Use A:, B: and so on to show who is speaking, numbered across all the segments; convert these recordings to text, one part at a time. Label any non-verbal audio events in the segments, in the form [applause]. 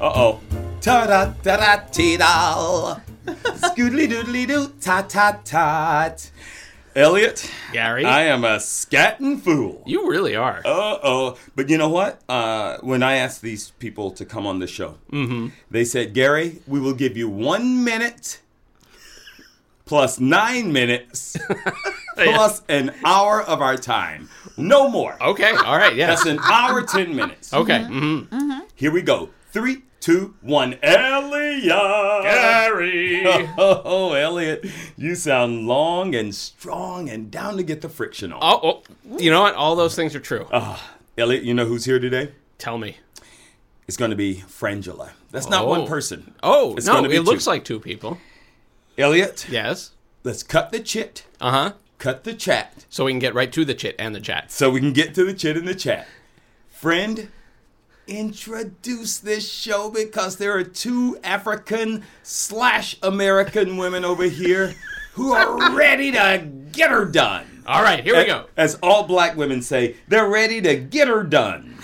A: Uh oh.
B: Ta da da da tee da. Scoodly doodly doo ta ta tat.
A: Elliot,
C: Gary,
A: I am a scatting fool.
C: you really are.
A: Uh oh. But you know what? Uh, when I asked these people to come on the show, they said, Gary, we will give you one minute plus nine minutes plus an hour of our time. No more.
C: Okay, all right, yeah.
A: That's an hour, 10 minutes.
C: okay. Mm-hmm.
A: Here we go. Three, two, one. Elliot!
C: Gary.
A: Oh, oh, Elliot, you sound long and strong and down to get the friction off.
C: Oh, oh, you know what? All those things are true.
A: Oh.
C: Oh.
A: Elliot, you know who's here today?
C: Tell me.
A: It's going to be Frangela. That's not
C: Oh.
A: one person.
C: Oh,
A: It's
C: no,
A: gonna be
C: it looks
A: two.
C: like two people.
A: Elliot,
C: Yes.
A: let's cut the chit,
C: Uh huh.
A: cut the chat,
C: So we can get right to the chit and the chat.
A: so we can get to the chit and the chat. Friend, introduce this show because there are two African slash American women over here who
C: [laughs]
A: are ready to get her done.
C: All right, here we
A: [laughs]
C: [laughs] go.
A: As all black women say, they're ready to get her done.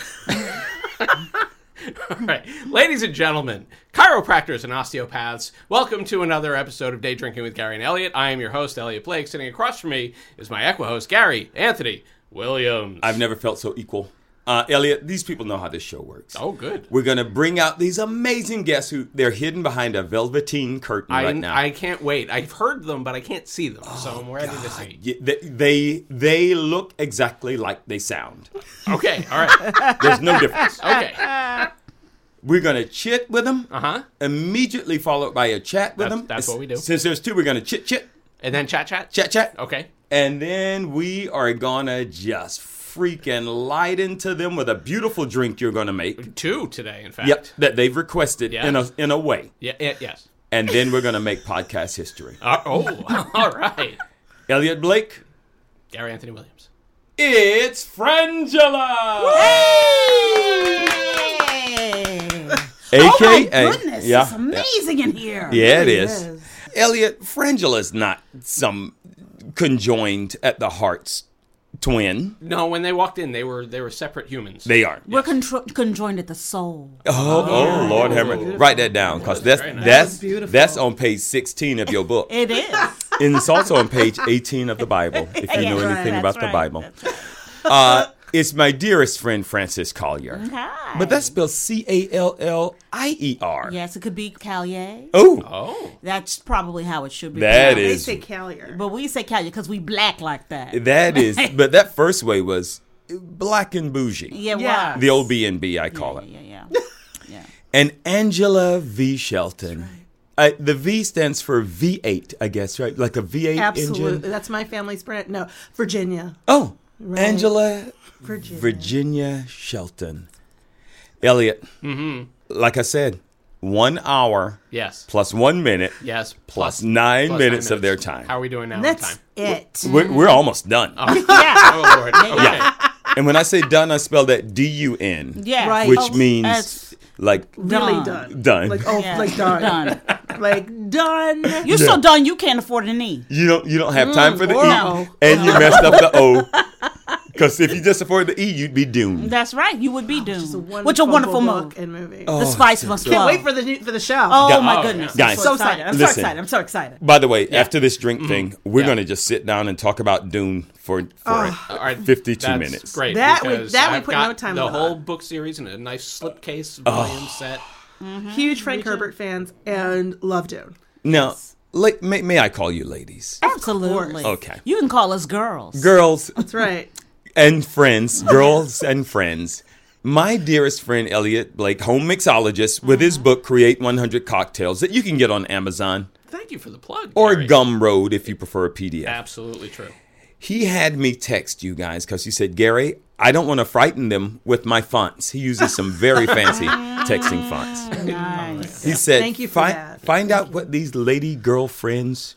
C: All right. Ladies and gentlemen, chiropractors and osteopaths, welcome to another episode of Day Drinking with Gary and Elliot. I am your host, Elliot Blake. Sitting across from me is my equa host, Gary Anthony Williams.
A: I've never felt so equal. Uh, Elliot, these people know how this show works.
C: oh, good.
A: We're gonna bring out these amazing guests who they're hidden behind a velveteen curtain
C: I,
A: right now. Oh,
C: I can't wait. I've heard them, but I can't see them, so I'm ready to see.
A: Y- they, they they look exactly like they sound.
C: Okay, all right.
A: There's
C: [laughs]
A: no difference.
C: Okay.
A: [laughs] We're gonna chit with them,
C: Uh huh.
A: immediately followed by a chat with
C: That's-
A: them.
C: that's what we do.
A: Since there's two, we're gonna chit chit
C: And then chat, chat,
A: chat chat.
C: Okay.
A: And then we are gonna just freaking light into them with a beautiful drink you're gonna make.
C: Two today, in fact.
A: Yep, that they've requested in a
C: Yes.
A: in a way.
C: Yeah. yeah, yes.
A: And then we're gonna make podcast history.
C: Uh, oh, [laughs] all right.
A: Elliot Blake.
C: Gary Anthony Williams.
A: It's Frangela! AKA.
D: Oh my goodness, it's amazing in here.
A: Yeah, it
D: Really
A: is. Elliot, Frangela's not some conjoined at the heart's twin.
C: No, when they walked in, they were they were separate humans.
A: They are.
D: We're contro- conjoined at the soul.
A: Oh, oh, Lord Hammer. Write that down because that's,
C: very nice.
A: that's,
E: That was beautiful.
A: that's on page 16 of your
D: [laughs]
A: book. [laughs]
D: It is.
A: and it's also on page 18 of the Bible, if you know
D: That's right,
A: anything
D: that's
A: about the
D: right,
A: Bible.
D: that's right.
A: Uh, it's my dearest friend, Francis Collier.
D: Hi.
A: But that's spelled C A L L I E R.
D: yes, it could be Callier.
A: Oh,
C: Oh,
D: That's probably how it should be.
A: that
D: pronounced.
E: They
A: is
E: say Callier.
D: But we say Callier because we black like that.
A: that
D: [laughs]
A: is. But that first way was black and bougie.
D: yeah,
E: Yeah.
D: why?
A: The old B and B, I call it.
D: yeah, yeah, yeah.
A: And Angela V Shelton. Uh, the V stands for V8, I guess, right? Like a V8
E: Absolutely.
A: engine.
E: That's my family's brand. No, Virginia.
A: Oh, Angela
E: Virginia.
A: Virginia Shelton. Elliot, like I said, one hour
C: yes,
A: plus one minute
C: yes.
A: plus nine
C: plus
A: minutes of their time.
C: How are we doing now? with
E: That's
C: time?
E: it.
A: We're, we're almost done.
E: [laughs]
D: yeah.
C: Oh Lord. Okay.
A: And when I say done, I spell that D U N.
D: Yeah.
E: Right.
A: which
E: Oh,
A: means
D: that's-
A: like
E: Really
D: Done.
E: done.
A: Done.
E: Like oh,
D: Yeah.
E: like done.
D: Done.
E: Like done.
D: You're so done you can't afford an E.
A: you don't you don't have time for the
D: or
A: E,
D: no.
A: and you messed up the
D: [laughs]
A: O. Because if you just afford the E, you'd be doomed.
D: That's right. You would be doomed.
E: It's a
D: Which a wonderful
E: book
D: move.
E: and movie.
D: the spice must flow.
E: Can't wait for the new, for the show.
D: Oh
A: Guys.
D: my
C: Oh,
D: goodness!
A: yeah.
D: I'm
A: Guys.
D: so excited. I'm
A: Listen.
D: so excited. I'm so excited.
A: By the way, after this drink thing, we're
C: Yeah.
A: going to just sit down and talk about Dune for for
D: Oh,
C: All right.
A: 52
C: That's
A: minutes.
C: Great.
E: That we-
C: because
E: that we
C: I've
E: put
C: got
E: no time
C: The
E: limit
C: whole
E: on.
C: book series and a nice slipcase volume set.
E: Huge
D: Mm-hmm.
E: Frank Herbert fans and love Dune.
A: Now, la- may, may I call you ladies?
D: Absolutely.
A: Okay.
D: You can call us girls.
A: Girls
E: That's right.
A: and friends, girls and friends. My dearest friend Elliot Blake, home mixologist, with his book Create 100 Cocktails that you can get on Amazon
C: Thank you for the plug.
A: or
C: Gary.
A: Gumroad if you prefer a PDF.
C: Absolutely true.
A: He had me text you guys because he said, Gary, I don't want to frighten them with my fonts. He uses some very
E: [laughs]
A: fancy texting fonts.
D: Nice.
A: He said,
E: Thank you for
A: "Fin-
E: that.
A: Find out what these lady girlfriends,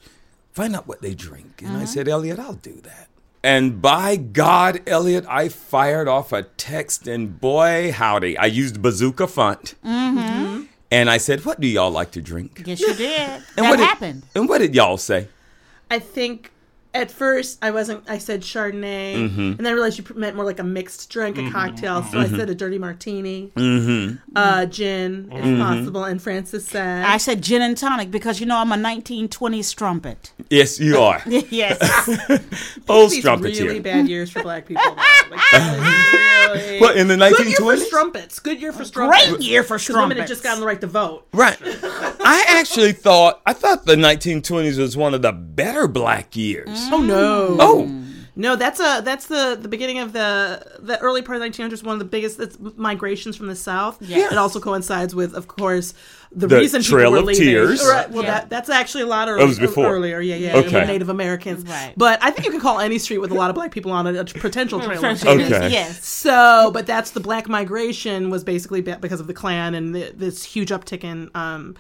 A: find out what they drink. And I
E: Uh-huh.
A: said, Elliot, I'll do that. And by God, Elliot, I fired off a text, and boy, howdy, I used bazooka font.
E: Mm-hmm.
A: And I said, What do y'all like to drink?
E: [laughs]
D: Yes, you did.
A: And
D: that
A: what did-
D: happened.
A: and what did y'all say?
E: I think at first I wasn't. I said Chardonnay, and then I realized you pr- meant more like a mixed drink,
D: Mm-hmm.
E: a cocktail. So I said a dirty martini, uh, gin, if possible. And Francis said,
D: I said gin and tonic because you know I'm a 1920s
E: [laughs]
D: strumpet.
A: Yes, you are.
D: yes.
A: Old
E: "These
A: strumpets
E: really
A: here.
E: bad years for black people." though. Like, really-
A: What, in the
E: Good year for
A: 1920s?
E: strumpets. Good year for strumpets.
D: Great year for
E: 'Cause
D: strumpets.
E: Women had just gotten the right to vote.
A: Right. I actually thought I thought the 1920s was one of the better black years.
C: Mm.
E: Oh no!
A: Oh,
E: No, that's a that's the the beginning of the the early part of the 1900s. One of the biggest that's migrations from the south.
D: Yes.
E: It also coincides with, of course, the,
A: The
E: reason
A: Trail
E: people were
A: of
E: leaving.
A: Tears.
E: Right, well,
D: Yeah.
E: that, that's actually a lot earlier.
A: was before.
E: Earlier, yeah, yeah.
A: Okay.
E: with Native Americans.
D: Right.
E: But I think you can call any street with a lot of black people on it a
D: [laughs]
E: potential trail of tears.
A: Okay.
D: Yes.
E: So, but that's the black migration was basically be- because of the Klan and the, this huge uptick in um,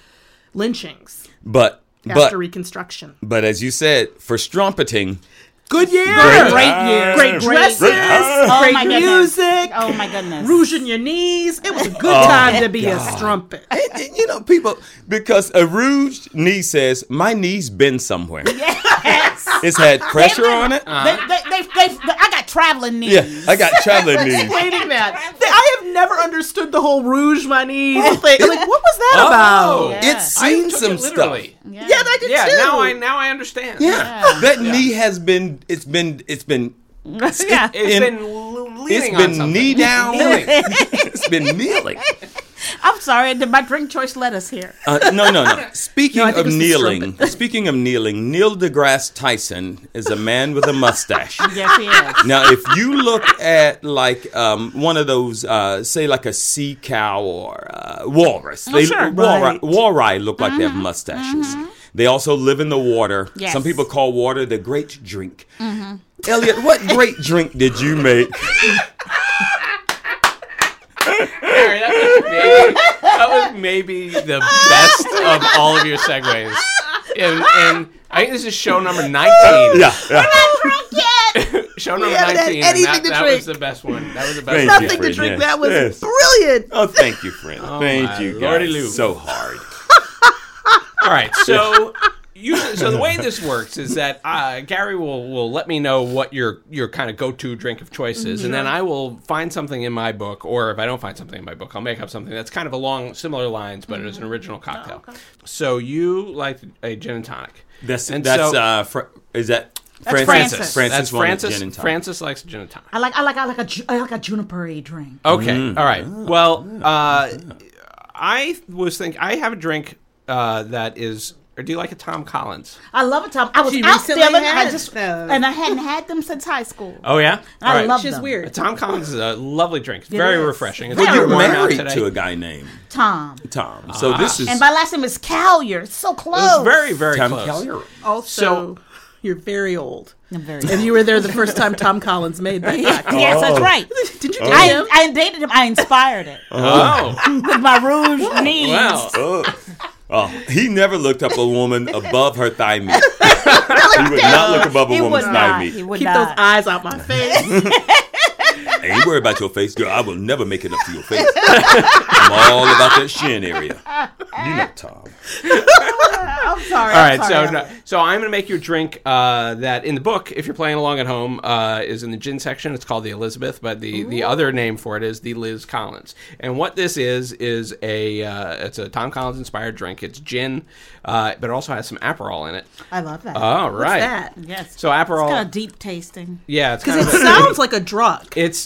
E: lynchings
A: but
E: after
A: but
E: Reconstruction.
A: but as you said, for strumpeting,
E: Good year,
C: Ah,
D: Great year.
E: great dresses,
A: Ah, Great Ah. times.
D: Oh
E: great
D: my goodness.
E: music.
D: Oh my goodness.
E: Rouge in your knees. It was a good time to be a strumpet.
A: And, and, you know, people because a rouged knee says my knee's been somewhere.
D: Yes.
E: Uh-huh.
A: It's
C: [laughs]
A: had pressure on it.
C: Ah.
D: They, they, they, they, I got traveling knees.
A: Yeah, I got traveling
C: [laughs]
A: knees.
E: Explaining that, Th- I have never understood the whole rouge my knees thing. I'm like, what was that
C: Oh.
E: about?
D: Yeah.
A: It's
C: I
A: seen
C: took
A: some
C: it
A: stuff.
C: literally.
D: Yeah.
E: Yeah, I did
C: Yeah,
E: too.
C: now I now I understand.
A: Yeah, that knee has been. It's been. It's been.
D: Yeah.
C: It's
A: And
C: been l- leaning
A: It's
C: on
A: been
C: something.
A: knee down.
C: Kneeling.
A: it's been kneeling.
D: I'm sorry. Did my drink choice let us here?
A: Uh, no, no, no. Speaking
E: think
A: of
E: it's the
A: kneeling, speaking of kneeling, Neil deGrasse Tyson is a man with a mustache.
D: Yes, yes.
A: Now, if you look at like um, one of those, uh, say like a sea cow or uh, walrus, they
D: sure.
A: walri-
E: Right.
A: walri look like they have mustaches. They also live in the water.
D: Yes.
A: Some people call water the great drink. Elliot, what great drink did you make?
C: Gary, that was maybe, that was maybe the best of all of your segues. And, and I think this is show number 19.
A: Yeah, yeah.
C: Show number
E: haven't had
C: 19. and that
E: anything to
C: that was the
E: drink.
C: best one. That was the best
A: Thank
C: one.
A: you,
E: Nothing to
A: friend,
E: drink.
A: yes,
E: That was
A: yes.
E: brilliant.
A: Oh, thank you, friend.
C: my
A: thank you, guys.
C: lordy Lou.
A: So hard.
C: All
D: [laughs]
C: right, so usually, so the way this works is that uh, Gary will will let me know what your your kind of go to drink of choice is, and then
D: Mm-hmm.
C: I will find something in my book, or if I don't find something in my book, I'll make up something that's kind of along similar lines, but it is an
D: Mm-hmm.
C: original cocktail.
D: Oh,
C: So you like a gin and tonic.
A: That's
C: And
A: that's
C: so-
A: uh, fr- is that
D: That's
A: Francis?
D: Francis.
C: That's
A: wanted
C: Francis.
A: gin and tonic.
C: Francis likes gin and tonic.
D: [laughs] I like I like I like a ju- I like a junipery drink.
C: Okay.
A: Mm.
C: All right.
A: Ah.
C: Well, uh, I was thinking I have a drink uh, that is. Or do you like a Tom Collins?
D: I love a Tom. I was
E: She
D: out
E: recently
D: there, and I
E: had
D: just
E: those.
D: and I hadn't had them since high school.
C: Oh yeah.
D: I love
E: Which is
D: them.
C: A
E: weird.
C: Tom Collins is a lovely drink. It's very
D: is.
C: refreshing. It's
D: Well,
C: very
A: You're
C: warm out
A: married
C: today. Ah,
A: to a guy named
D: Tom.
A: Tom. So this is
D: And my last name is Calyer. It's so close.
C: It's very, very
A: Tom
C: close.
A: Kelly.
E: Also,
C: So-
E: you're very old.
D: I'm very
E: And you were there the first time Tom Collins made that. cocktail.
D: yes, that's [laughs] right.
E: Did you? date
D: Oh. I,
E: him?
D: I dated him. I inspired it
C: Oh,
D: [laughs] with my rouge knees. [laughs]
C: wow.
A: Oh, he never looked up a woman above her thigh
C: [laughs]
A: meat. he would not look above
D: He
A: a
D: would
A: woman's
D: not.
A: thigh
D: He
A: meat.
D: would
E: Keep those
D: not.
E: eyes out
D: [laughs]
E: my face.
A: Ain't worry about your face, girl. I will never make it up to your face.
C: [laughs]
A: I'm all about that shin area. You know, Tom.
D: I'm sorry.
C: All right, so no, so I'm going to make you a drink uh, that in the book, if you're playing along at home, uh, is in the gin section. It's called the Elizabeth, but the, the other name for it is the Liz Collins. And what this is is a uh, it's a Tom Collins inspired drink. It's gin, uh, but it also has some Aperol in it.
D: I love that.
C: All right,
E: that?
D: yes.
C: so Aperol,
D: it's got a deep tasting.
C: yeah, it's kind
E: Because
C: of
D: [laughs]
E: it
C: a-
E: sounds like a drug.
A: [laughs]
C: It's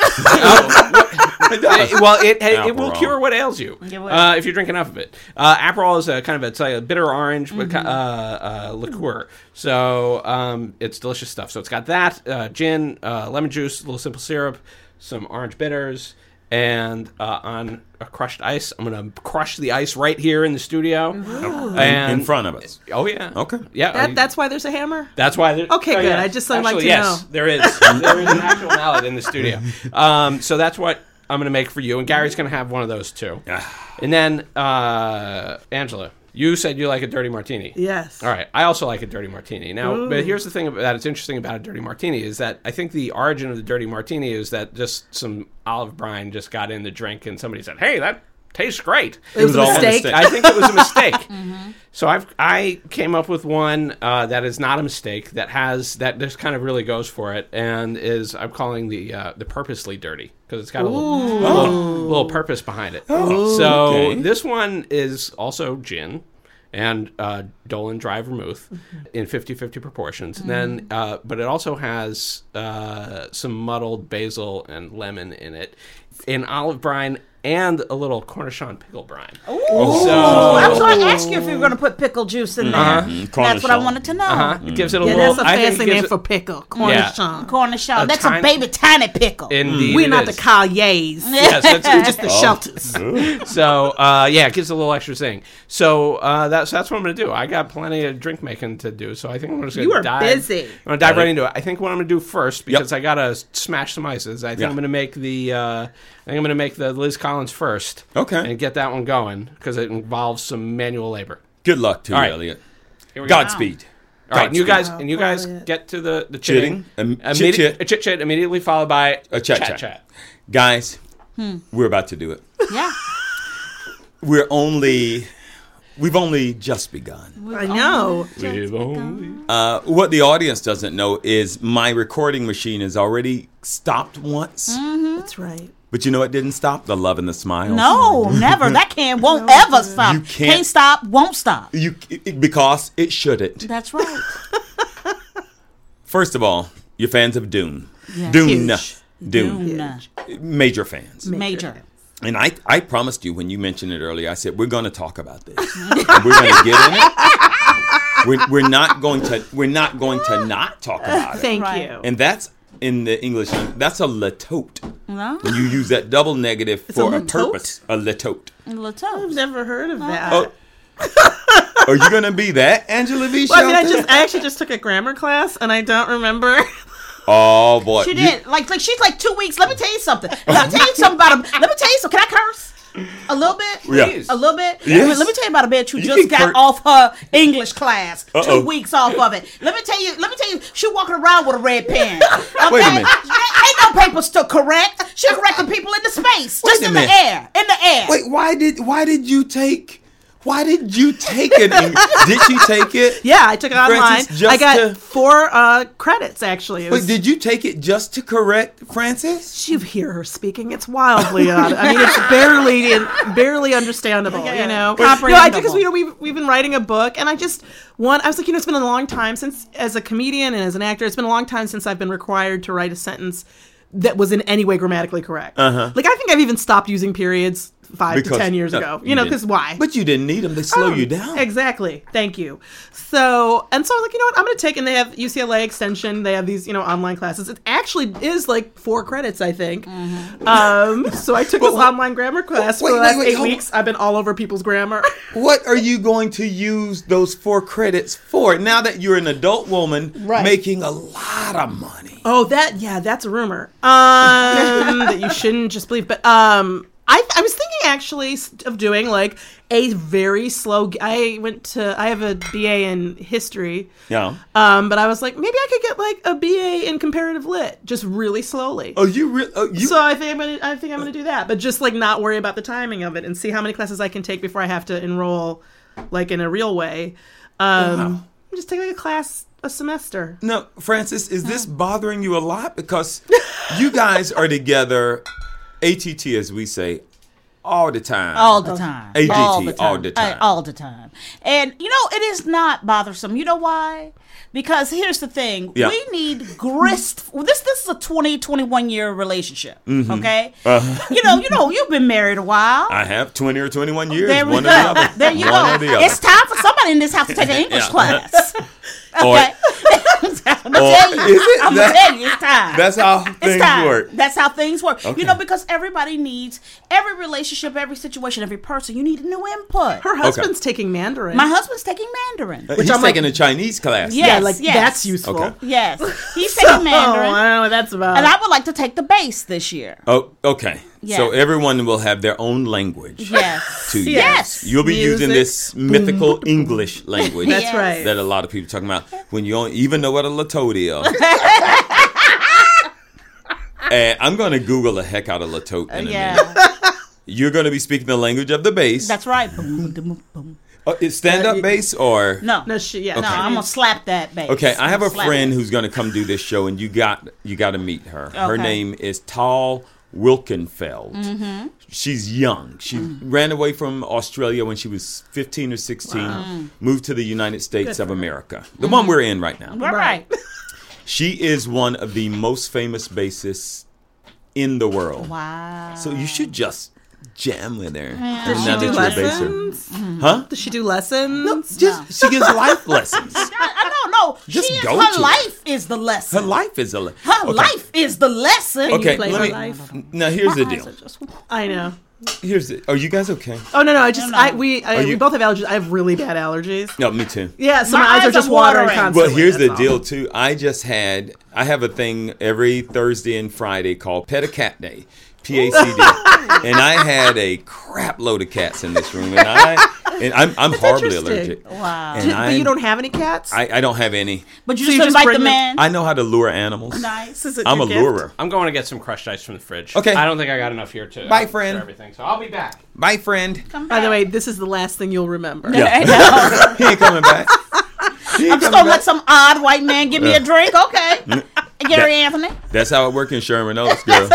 C: well, it it, it will
A: Aperol.
C: cure what ails you
D: It will.
C: uh, if you drink enough of it. Uh, Aperol is a kind of a, it's like a bitter orange but ki-
D: Mm-hmm.
C: uh, uh, liqueur, so um, it's delicious stuff. So it's got that uh, gin, uh, lemon juice, a little simple syrup, some orange bitters, and uh, on a crushed ice. I'm gonna crush the ice right here in the studio and
A: In front of us.
C: Oh yeah.
A: Okay.
C: Yeah.
E: That,
C: you-
E: that's why there's a hammer.
C: that's why. there-
E: Okay, good.
C: yeah.
E: I just- I'd like
C: Actually,
E: to
C: yes,
E: know.
C: there is.
E: [laughs]
C: There is an actual mallet in the studio. Um, so that's what I'm going to make for you, and Gary's going to have one of those too.
A: Ah.
C: and then uh, Angela, you said you like a dirty martini.
E: Yes.
C: All right. I also like a dirty martini. Now, but here's the thing about that it's interesting about a dirty martini is that I think the origin of the dirty martini is that just some olive brine just got in the drink and somebody said, "Hey, that tastes great.
E: It was a
A: all a
E: mistake. Mm-hmm.
A: mistake.
C: I think it was a
E: [laughs]
C: mistake. So I've I came up with one uh, that is not a mistake that has that just kind of really goes for it and is I'm calling the uh, the purposely dirty because it's got a little, little, little purpose behind it.
E: Oh,
C: so
A: okay.
C: this one is also gin and uh, Dolan Dry Vermouth
E: Mm-hmm.
C: in 50-50 proportions. And then, uh, but it also has uh, some muddled basil and lemon in it, in olive brine and a little cornichon pickle brine.
D: Oh, I
C: So
D: was going to ask you if you were going to put pickle juice in there. That's what I
A: Cornichon.
D: wanted to know.
C: uh, it gives it a
E: Yeah,
C: little.
E: that's
C: Mm-hmm.
E: a
C: I think it
E: fancy
C: gives
E: name
C: it-
E: for pickle. Cornichon.
D: Cornichon. That's
C: tiny-
D: a baby tiny pickle.
C: Indeed,
E: We're
C: it
E: not the
C: is.
D: [laughs]
E: Collier's.
C: Yes,
E: We're
C: that's,
E: just the
A: Oh.
E: shelters.
A: [laughs]
C: [laughs] so uh, yeah, it gives a little extra thing. So uh, that's that's what I'm gonna do. I got plenty of drink making to do, so I think I'm just gonna
E: You are
C: dive.
E: busy.
C: I'm gonna dive right into it. I think what I'm gonna do first because I gotta s- smash some ices. I think
A: Yeah.
C: I'm gonna make the uh, I think I'm gonna make the Liz Collins first.
A: Okay.
C: and get that one going because it involves some manual labor.
A: Good luck to you,
C: All right.
A: Elliot.
C: Here we go.
A: Godspeed.
C: All right, and you
A: Godspeed.
C: guys and you guys
E: Oh, Quiet.
C: get to the the chitting,
A: Chitting, um, chit-chit.
C: a chit chat immediately followed by
A: A chat chat.
C: chat.
A: Guys, we're about to do it.
D: yeah.
A: We're only, we've only just begun.
E: I know.
A: Uh, what the audience doesn't know is my recording machine has already stopped once,
E: That's right.
A: but you know it didn't stop the love and the smiles. [laughs]
D: No, never. That can won't ever stop.
A: You can't-
D: stop, won't stop.
A: You, it- because it shouldn't.
D: That's
A: [laughs]
D: right.
A: First of all, you're fans of Dune.
D: Yeah.
A: Dune.
E: Huge.
A: Dune.
D: Una.
A: Major fans.
D: Major.
A: And I, I promised you when you mentioned it earlier, I said, we're going to talk about this. [laughs] And we're going to get in it. We're, we're not going to, we're not going to not talk about it.
E: Thank
D: Right.
E: you.
A: And that's in the English, that's a latote.
D: No?
A: When you use that double negative
E: a
A: for a,
E: latote?
A: purpose, a latote.
E: [laughs]
D: Little
E: I've
D: toes.
E: never heard of that.
A: Oh, are you going to be that, Angela V.
E: Well, I mean, I
A: Shelton?
E: just I actually just took a grammar class, and I don't remember. [laughs]
A: oh, boy.
D: She
A: You-
D: did. Like, like she's like two weeks. Let me tell you something. Let me tell you something about a. Let me tell you something. Can I curse? A little bit.
A: Yeah.
C: Please.
D: A little bit.
A: Yes.
D: Let, me, let me tell you about a bitch who
A: You
D: just
A: can
D: got
A: cur-
D: off her English class.
A: Uh-oh.
D: Two weeks off of it. Let me tell you. Let me tell you. She walking around with a red pen. Okay?
A: [laughs] Wait a minute.
D: Ain't no paper to correct. She correcting people in the space, just
A: a
D: in the
A: minute.
D: air, in the air.
A: Wait, why did, why did you take, why did you take it? in- did she take
E: [laughs]
A: it?
E: yeah, I took it online.
A: Francis,
E: I
A: just
E: got
A: to-
E: four uh, credits actually. It
A: Wait,
E: was,
A: did you take it just to correct Francis?
E: you hear her speaking? It's wildly odd. I mean, it's barely barely understandable.
D: Yeah,
E: You know,
D: comprehensible.
E: No, I because you know we've we've been writing a book, and I just one. I was like, you know, it's been a long time since as a comedian and as an actor, it's been a long time since I've been required to write a sentence that was in any way grammatically correct. Uh-huh. Like I think I've even stopped using periods five to ten years
A: no,
E: ago. You know,
A: didn't.
E: because why?
A: But you didn't need them. They
D: Oh,
A: slow Oh, you down.
E: Exactly. Thank you. So, and so I was like, you know what? I'm going to take, and they have UCLA Extension. They have these, you know, online classes. It actually is like four credits, I think.
A: Mm-hmm.
E: Um, so I took this online grammar class
A: wait,
E: for the
A: wait,
E: last
A: wait,
E: eight
A: hold-
E: weeks. I've been all over
A: [laughs]
E: people's grammar.
A: What are you going to use those four credits for now that you're an adult woman
E: Right.
A: making a lot of money?
E: Oh, that yeah, that's a rumor. Um, that you shouldn't just believe. But um, I I was thinking actually s- of doing like a very slow. g- I went to I have a BA in history.
A: Yeah.
E: Um, but I was like, maybe I could get like a BA in comparative lit, just really slowly.
A: Oh, you really? Oh, you?
E: So I think I'm gonna I think I'm gonna do that, but just like not worry about the timing of it and see how many classes I can take before I have to enroll, like in a real way. Um, just take like a class a semester.
A: no, Francis, is this
D: Uh-huh.
A: bothering you a lot?
D: [laughs]
A: Because you guys are together, ATT as we say, all the time.
D: all the time.
A: AGT,
D: all the time.
A: all the time.
D: Uh, all the time. And you know, it is not bothersome. You know why? Because here's the thing.
A: Yeah.
D: We need grist. Well, this this is a 20, 21 year relationship. Okay? You know, you know, you've been married a while.
A: Mm-hmm. Uh-huh. I have 20 or 21 years.
D: Oh, there we
A: one
D: go.
A: or the other.
D: There you
A: one
D: go.
A: Or the other.
D: It's time for somebody in this house to take an English
A: [laughs] Yeah.
D: class.
A: [laughs] Or-
D: Okay. I'm
A: or-
D: gonna tell you.
A: Is it?
D: I'm
A: That-
D: gonna tell you it's time.
A: That's how things
D: it's time.
A: work.
D: That's how things work.
A: Okay.
D: You know, because everybody needs every relationship, every situation, every person. You need a new input.
E: Her husband's taking Mandarin.
D: My husband's taking Mandarin.
A: Uh, He's
E: I'm like-
A: taking a Chinese class.
D: Yeah.
E: yeah,
D: Yes,
E: like
D: yes.
E: that's useful.
A: Okay.
D: Yes,
A: [laughs]
D: he's taking
E: Oh,
D: Mandarin,
E: I don't know what that's about.
D: and I would like to take the bass this year.
A: Oh, okay. So
D: Yeah.
A: everyone will have their own language.
D: Yes,
A: [laughs] to you.
D: Yes.
A: You'll be using
E: Music.
A: this mythical English language.
E: that's
D: Yes.
E: right.
A: That a lot of people talking about when you don't even know what a latote
D: [laughs]
A: is. and I'm going to Google the heck out of latote in a minute.
D: Uh, yeah.
A: You're going to be speaking the language of the bass.
D: [laughs] That's right. Boom, boom, boom, boom.
A: Uh, is stand up
E: Yeah, you-
A: bass or
D: No,
E: No, she, yeah,
D: No, I'm gonna slap that bass.
A: Okay, I
D: I'm
A: have
D: gonna
A: a
D: slap
A: friend
D: it.
A: who's going to come do this show, and you got you got to meet her. Her
D: Okay.
A: name is Tal Wilkenfeld.
D: Mm-hmm.
A: She's young. She ran away from Australia when she was 15 or 16, moved to the United States of America, the
D: Mm-hmm.
A: one we're in right now.
D: All right.
A: She is one of the most famous bassists in the world.
D: [laughs] Wow.
A: So you should just jam with her.
E: Does she
A: now
E: do
A: that you're a basser.
E: lessons?
A: Huh?
E: Does she do lessons?
A: Just, she gives life lessons.
D: I don't know.
A: Just
D: she is,
A: go
D: her
A: to it.
D: life is the lesson.
A: Her life is a le-
D: Her
A: Okay.
D: life is the lesson.
E: Can you
A: Okay,
E: play
A: let
E: her
A: me.
E: life?
A: Now here's the deal.
E: I know.
A: Here's the. Are you guys okay?
E: Oh no, no, I just
D: no.
E: I we I,
A: Are you-
E: we both have allergies. I have really bad allergies.
A: No, me too.
E: Yeah, so
D: My
E: my, eyes,
D: eyes
E: are just
D: are
E: watering
D: watering.
E: constantly.
A: Well, here's the
E: that's all.
A: deal too. I just had. I have a thing every Thursday and Friday called Pet a Cat Day,
E: [laughs]
A: PACD, and I had a crap load of cats in this room, and I and I'm, I'm horribly
E: interesting.
A: allergic.
D: Wow.
A: And
E: Did-
A: I,
E: but you don't have any cats.
A: I, I don't have any.
D: But you
E: So
D: just
E: you just
D: invite
E: bring
D: the
E: them-
D: man.
A: I know how to lure animals.
D: nice.
E: This is
A: I'm a
E: your gift.
A: lurer.
C: I'm going to get some crushed ice from the fridge.
A: Okay.
C: I don't think I got enough here to
A: Bye,
C: uh,
A: friend.
C: For everything, so I'll be back.
A: My friend.
E: By the way, this is the last thing you'll remember.
A: Yeah.
D: I [laughs] know.
A: He ain't coming back. He ain't
D: I'm
A: coming
D: just gonna
A: back.
D: let some odd white man give me a drink.
A: [laughs]
D: Okay. Gary Anthony.
A: That's how it works in Sherman Oaks,
E: [laughs]
A: girl.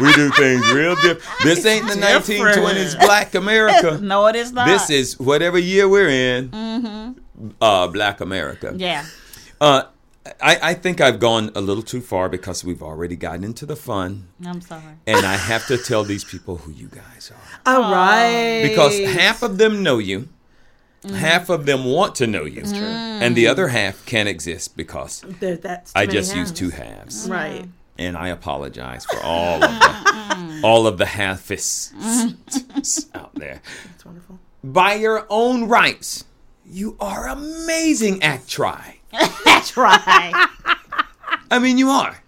A: we do things real different. This ain't the 1920s Black
E: [laughs]
A: America.
D: No, it is not.
A: This is whatever year we're in.
E: Mm-hmm.
A: Uh, Black America.
D: Yeah.
A: Uh, I, I think I've gone a little too far because we've already gotten into the fun,
D: I'm sorry.
A: and I have to tell these people who you guys
E: [laughs]
A: are
E: [laughs] All right.
A: because half of them know you,
E: Mm.
A: half of them want to know you, and the other half can't exist because
E: There- that's Mm. too
A: I
E: many
A: just use
E: halves.
A: two halves.
E: Right.
A: and I apologize for all of
D: [laughs]
A: the, all of the halfists out there.
E: It's wonderful.
A: By your own rights, you are amazing at try.
D: That's right.
A: I mean, you are.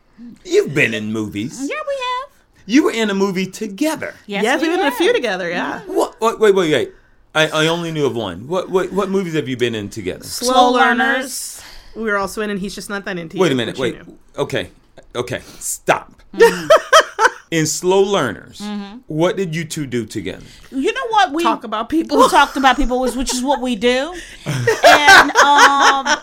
A: You've been in movies.
D: yeah, we have.
A: You were in a movie together.
E: [laughs] Yes, we've been in a
D: have.
E: few together. Yeah.
A: What? Wait, wait, wait. wait. I, I only knew of one. What, what what movies have you been in together?
D: Slow learners.
E: We were also in, and he's just not that into you.
A: Wait a minute.
E: but you
A: Wait.
E: knew.
A: Okay. Okay. Stop.
D: Mm-hmm.
A: [laughs] in Slow Learners, what did you two do together?
D: You know what we
E: Talk about people.
D: We talked about people, which, which is what we
E: [laughs]
D: do. And um,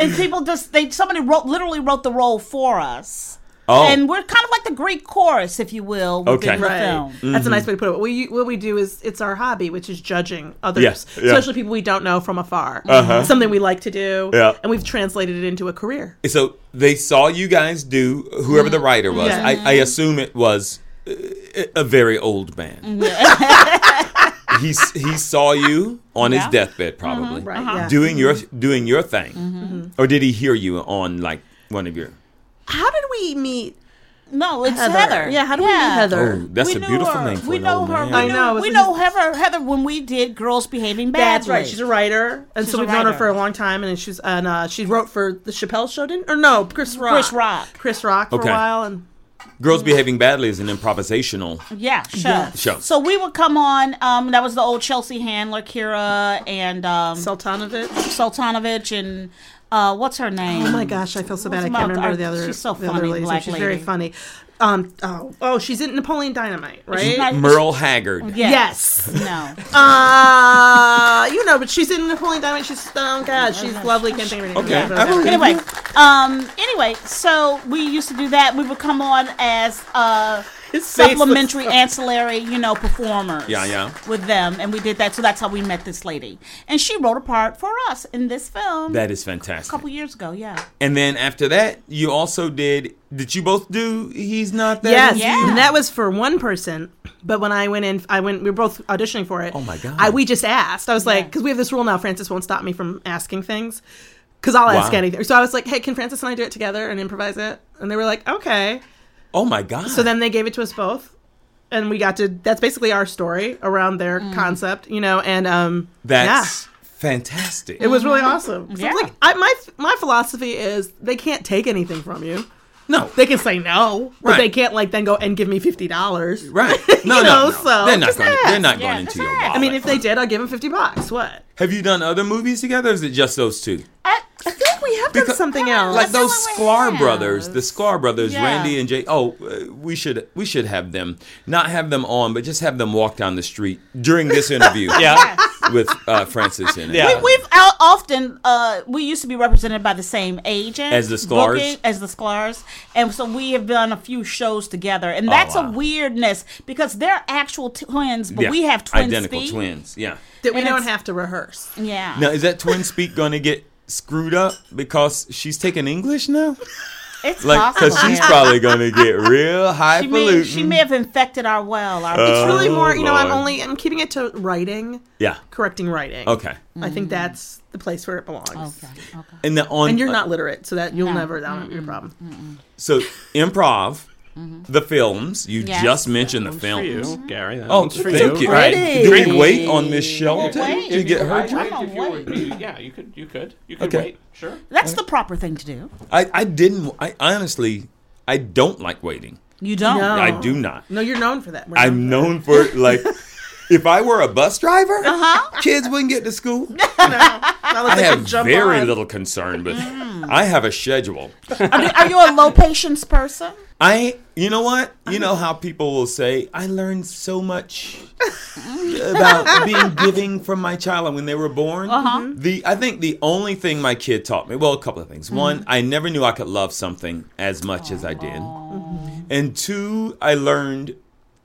D: and people just they somebody wrote literally wrote the role for us,
A: Oh,
D: and we're kind of like the Greek chorus, if you will, within
A: Okay.
D: the
E: Right.
D: film.
E: That's a
A: Mm-hmm.
E: nice way to put it. What we what we do is it's our hobby, which is judging others,
A: Yeah, yeah.
E: especially people we don't know from afar. It's something we like to do,
A: Yeah.
E: and we've translated it into a career.
A: so they saw you guys do whoever
D: Mm-hmm.
A: the writer was.
E: Yeah.
A: I, I assume it was uh, a very old man. [laughs] he s- he saw you on his
D: Mm-hmm. Yeah. Mm-hmm.
A: deathbed probably
E: Right. Yeah.
A: doing your doing your thing, or did he hear you on like one of your?
E: How did we meet
D: No, it's Heather.
E: Heather? Yeah. How do we meet Heather?
A: Oh, that's
D: We
A: a
D: knew
A: beautiful
D: her.
A: name for
D: we
A: an
D: know
A: old
D: her.
A: man.
D: We
E: I
D: know,
E: know, it
D: We
E: was
D: know
E: just-
D: Heather. Heather when we did Girls Behaving Badly.
E: That's right. She's a writer,
D: a
E: and so we've known her
D: writer.
E: for a long time. And she's and uh, she wrote for the Chappelle Show, didn't? Or no, Chris Rock.
D: Chris Rock.
E: Chris Rock for
A: Okay.
E: a while, and
A: Girls behaving badly is an improvisational.
D: Yeah, show.
A: Show.
D: So we would come on. Um, that was the old Chelsea Handler, Kira, and um,
E: Sultanovich.
D: Sultanovich, and uh, what's her name?
E: Oh my gosh, I feel so bad. I
D: What's
E: can't
D: about-
E: remember
D: uh,
E: the other.
D: she's so
E: the other
D: funny,
E: lady's name.
D: black
E: She's very
D: lady.
E: funny. Um. Oh. Oh. She's in Napoleon Dynamite, right?
D: not-
A: Merle Haggard.
E: yes.
D: No.
E: uh, you know, but she's in Napoleon Dynamite. She's oh god, she's lovely. Can't think of anything.
A: Okay.
E: about her.
A: I believe-
D: anyway, um, anyway, so we used to do that. We would come on as uh,
E: His face was
D: supplementary,
E: so-
D: ancillary, you know, performers.
A: Yeah, yeah.
D: With them, and we did that. So that's how we met this lady, and she wrote a part for us in this film
A: That is
D: a
A: fantastic.
D: couple years ago. Yeah.
A: And then after that, you also did. Did you both do? He's not that.
E: Yes,
D: Yeah.
E: and that was for one person. But when I went in, I went. We were both auditioning for it. Oh
A: my God.
E: I we just asked. I was like, because we have this rule now. Francis won't stop me from asking things, because I'll ask
A: Wow.
E: anything. So I was like, hey, can Francis and I do it together and improvise it? And they were like, okay.
A: Oh my God.
E: So then they gave it to us both, and we got to. That's basically our story around their
D: Mm.
E: concept, you know. And um, yeah.
A: That's fantastic.
E: It was really awesome. So
D: Mm-hmm. Yeah.
E: it's like I, my my philosophy is they can't take anything from you.
A: no.
E: They can say no, but
A: Right.
E: they can't like then go and give me fifty dollars.
A: Right. No,
E: [laughs]
A: no,
E: You know,
A: no.
E: so
A: they're not
E: just
A: going.
E: ask.
A: They're not
D: Yeah,
A: going into
D: just
A: your
D: ask.
A: wallet.
E: I mean, if they did, I'll give them fifty bucks. What?
A: have you done other movies together? Or is it just those two?
D: I, I think we
E: we have done
A: Because-
E: something else.
A: like
D: Let's
A: those
D: see what we
A: Sklar
D: have.
A: brothers, the Sklar brothers,
D: Yeah.
A: Randy and Jay. Oh, uh, we should we should have them, not have them on, but just have them walk down the street during
D: [laughs]
A: this interview.
F: Yeah.
A: with uh, Francis in it.
F: Yeah.
D: We've out often uh, we used to be represented by the same agent
A: As the Sklars?
D: booking- as the Sklars, and so we have done a few shows together, and that's
A: Oh, wow.
D: a weirdness because they're actual twins, but
A: Yeah.
D: we have twin
A: identical
D: speak.
A: twins. Yeah.
E: that we
D: and
E: don't
D: it's-
E: have to rehearse.
D: Yeah,
A: Now is that twin speak going to get screwed up because she's taking English now?
D: it's
A: Like,
D: possible.
A: because she's
D: yeah.
A: probably going
E: [laughs]
A: to get real
D: she may,
A: highfalutin.
D: she may have infected our well. Our
A: Uh,
E: It's really more, you know, I'm
A: Oh, Lord.
E: only I'm keeping it to writing,
A: yeah.
E: correcting writing.
A: Okay.
E: I think that's the place where it belongs.
D: okay, okay.
A: And the on uh,
E: And you're not literate, so that you'll
D: No.
E: never that won't be a problem.
A: so improv.
E: Mm-hmm.
A: The films you
D: Yes.
A: just mentioned the films.
C: you, Gary. That
A: Oh,
C: one's
A: thank you.
F: All right.
A: Do we wait on Miss Shelton
D: wait.
A: to get her?
C: I
A: turn?
C: wait
D: I'm
C: if you were-
D: waiting.
C: you- yeah, you could, you could, you could
A: Okay.
C: wait. Sure.
D: That's the proper thing to do.
A: I, I didn't. I honestly, I don't like waiting.
D: You don't.
E: No.
A: I do not.
E: No, you're known for that. We're
A: I'm
E: known
A: known
E: [laughs]
A: for like, if I were a bus driver, kids wouldn't get to
E: [laughs]
A: school.
E: for that. Not
A: I
E: unless
A: have
E: could Uh-huh. jump
A: very
E: on. Mm.
A: little concern with. I have a schedule.
D: Are,
E: [laughs]
D: you- are you a low patience person?
A: I, you know what? You know how people will say, I learned so much about being giving from my child when they were born. Uh-huh. The I think the only thing my kid taught me, well, a couple of things. One, I never knew I could love something as much as I did. And two, I learned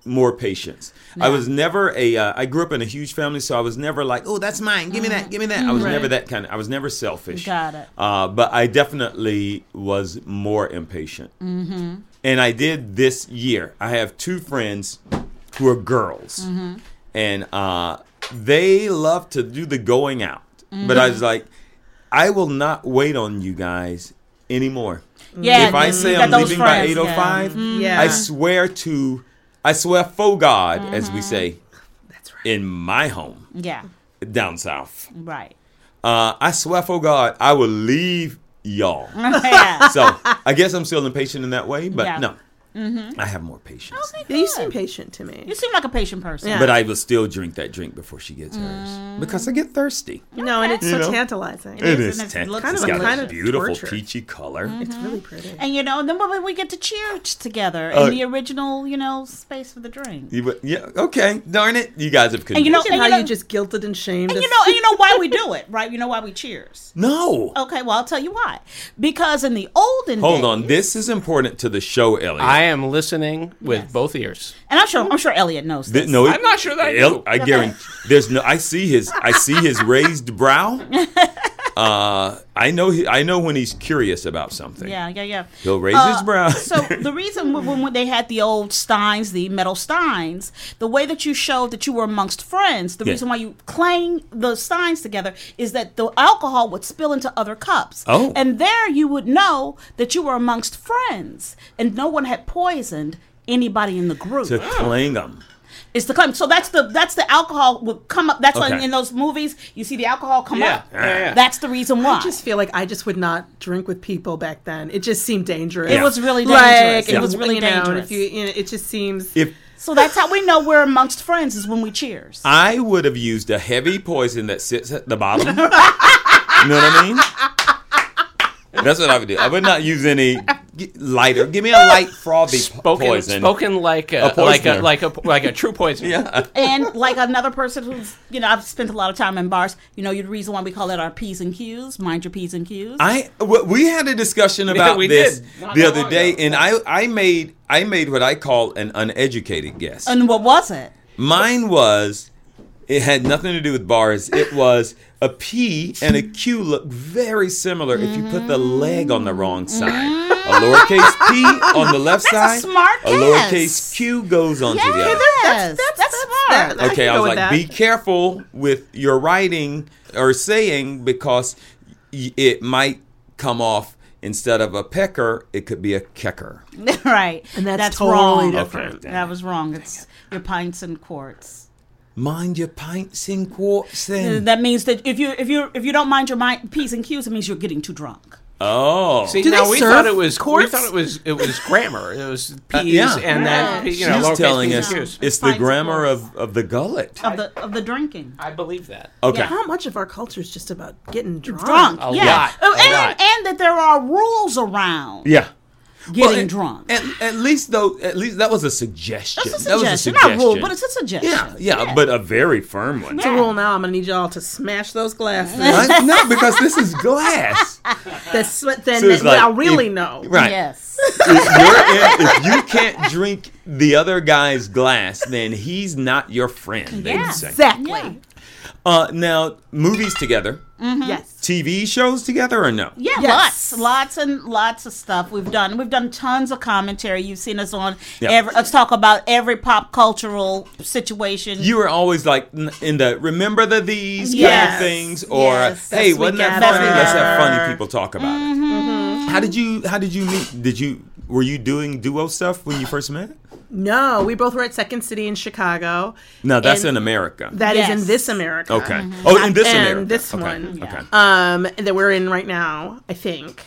A: more patience. I was never a. Uh, I grew up in a huge family, so I was never like, "Oh, that's mine. Give me that. Give me that." I was never that kind. Of, I was never selfish.
D: Got it.
A: Uh, but I definitely was more impatient. Mm-hmm. And I did this year. I have two friends who are girls, and uh, they love to do the going out. But I
D: Mm-hmm.
A: was like, I will not wait on you guys anymore.
E: Mm.
D: Yeah.
A: if I
D: you
A: say
D: got
A: I'm
D: those
A: leaving by
D: friends, Mm-hmm.
A: eight oh five,
E: Mm-hmm. Yeah.
A: I swear to, I swear faux God, as
D: Mm-hmm.
A: we say,
E: That's right.
A: in my home
D: Yeah. yeah.
A: down south.
D: Right.
A: Uh, I swear faux God, I will leave y'all.
D: [laughs] yeah.
A: So I guess I'm still impatient in that way, but
D: Yeah. Mm-hmm.
A: no, I have more patience.
E: You seem patient to me.
D: You seem like a patient person.
E: Yeah.
A: But I will still drink that drink before she gets
D: Mm.
A: hers because I get thirsty.
E: No, and it's
A: You
E: so
A: know?
E: tantalizing.
A: It
D: is,
A: is.
D: and it's
A: tan-
D: look-
A: it's
E: kind of
A: got
E: a- kind
A: a
E: of
A: beautiful
E: torture.
A: peachy color.
D: Mm-hmm.
E: It's really pretty.
D: And you know, and then when we get to cheer t- together in
A: Uh,
D: the original, you know, space for the drink.
A: You would- yeah. Okay. Darn it. You guys have convinced.
D: you know-
E: Imagine
D: and
E: how
D: you know-
E: you just guilted and shamed.
D: And you
E: us.
D: know, and you know why we do it, right? You know why we cheers.
A: no.
D: Okay, well I'll tell you why. Because in the olden
A: Hold
D: days,
A: on. This is important to the show, Elliot.
C: I am listening with both ears.
D: and I'm sure I'm sure Elliot knows
A: Th-
D: this.
A: no, it-
C: I'm not sure that I
A: El-
C: do.
A: I guarantee. There's no. I see his. I see
D: [laughs]
A: his raised brow. Uh, I know. He, I know when he's curious about something.
D: Yeah, yeah, yeah. Uh,
A: He'll raise his brow.
D: so the reason when, when they had the old steins, the metal steins, the way that you showed that you were amongst friends, the
A: Yeah.
D: reason why you clang the steins together is that the alcohol would spill into other cups.
A: Oh.
D: and there you would know that you were amongst friends, and no one had poisoned anybody in the group.
A: [laughs] To cling him.
D: it's the claim. So that's the that's the alcohol would come up. That's why
A: Okay.
D: in those movies you see the alcohol come
C: Yeah,
D: up.
C: yeah, yeah.
D: That's the reason why.
E: I just feel like I just would not drink with people back then. It just seemed dangerous.
D: It was really dangerous.
E: Like,
D: It was really
E: you know, and
D: dangerous.
E: if you, you know, it just seems.
A: If
D: so that's how we know we're amongst friends is when we cheers.
A: I would have used a heavy poison that sits at the bottom. you know what I mean? That's what I would do. I would not use any g- lighter. Give me a light frothy p-
C: Spoken,
A: poison.
C: spoken like a,
A: A
C: like a
A: poisoner.
C: like a like a true poison.
A: Yeah.
D: and like another person who's you know i've spent a lot of time in bars you know the reason why we call it our p's and q's mind your p's and q's
A: I w- we had a discussion about
C: [laughs] we
A: this
C: did. Not
A: the
C: that
A: other
C: long
A: day,
C: ago.
A: and I I made I made what I call an uneducated guess.
D: and what was it
A: Mine was it had nothing to do with bars. It was a P and a Q look very similar if you put the leg on the wrong side. A lowercase P on the left
D: That's a
A: side.
D: smart
A: a
D: guess.
A: lowercase Q goes onto the other.
D: yes that's, smart
E: that- I
A: Okay,
E: can
A: I,
E: go
A: was
E: with
A: like,
E: that.
A: be careful with your writing or saying because y- it might come off instead of a pecker, it could be a kecker.
D: [laughs] right and
E: that's totally
D: wrong
E: different.
A: Okay, damn
D: that
A: it.
D: was wrong it's your pints and quarts Uh,
A: Mind your pints and quarts then.
D: that means that if you if you if you don't mind your mind p's and q's it means you're getting too drunk
A: Oh.
C: See,
E: Do
C: now
E: they
C: we
E: serve
C: thought it was
E: courts?
C: we thought it was it was grammar. It was p's
A: Uh, yeah.
C: and then you know
A: She's
C: lowercase
A: telling
C: p's
A: us
C: and q's.
A: it's the
D: Fine,
A: grammar
D: suppose.
A: of, of the gullet.
D: of the of the drinking.
C: I believe that.
A: Okay.
D: yeah.
E: How much of our culture is just about getting drunk?
D: Drunk,
C: A
D: yeah,
C: lot,
D: Oh,
C: a
D: and
C: lot.
D: and that there are rules around
A: Yeah.
D: getting
A: Well, at-
D: drunk.
A: At, at least though, at least that was a suggestion.
D: That's a
A: That was
D: suggestion.
A: a
D: Not
A: suggestion.
D: a rule, but it's a suggestion.
A: yeah, yeah, but a very firm one.
E: It's a rule now. I'm gonna need y'all to smash those
A: [laughs]
E: glasses.
A: Right? no, because this is
D: [laughs]
A: glass.
E: That's what then.
A: So it's like,
E: I'll really
A: if-
E: know.
A: Right.
D: Yes.
A: If, you're in- if you can't drink the other guy's glass, then he's not your friend. they would
D: Yeah.
A: say.
E: Exactly.
D: Yeah.
A: Uh, now, movies together,
E: Yes.
A: TV shows together, or no?
D: Yeah,
E: Yes.
D: lots, lots and lots of stuff we've done. We've done tons of commentary. You've seen us on
A: Yeah.
D: every. Let's talk about every pop cultural situation.
A: You were always like n- in the remember the these kind of
D: Yes.
A: things, or
D: Yes.
A: hey,
E: Best
A: wasn't that
E: weekend
A: funny?
E: ever. Mm-hmm.
A: Let's have funny people talk about it. How did you How did you meet? Did you were you doing duo stuff when you first met?
E: No, we both were at Second City in Chicago.
A: No, that's
E: And
A: in America.
E: That is
D: Yes.
E: in this America. Mm-hmm.
A: okay. Oh, in this
E: and
A: America.
E: this
A: okay.
E: one. Yeah.
A: Okay.
E: Um, that we're in right now, I think.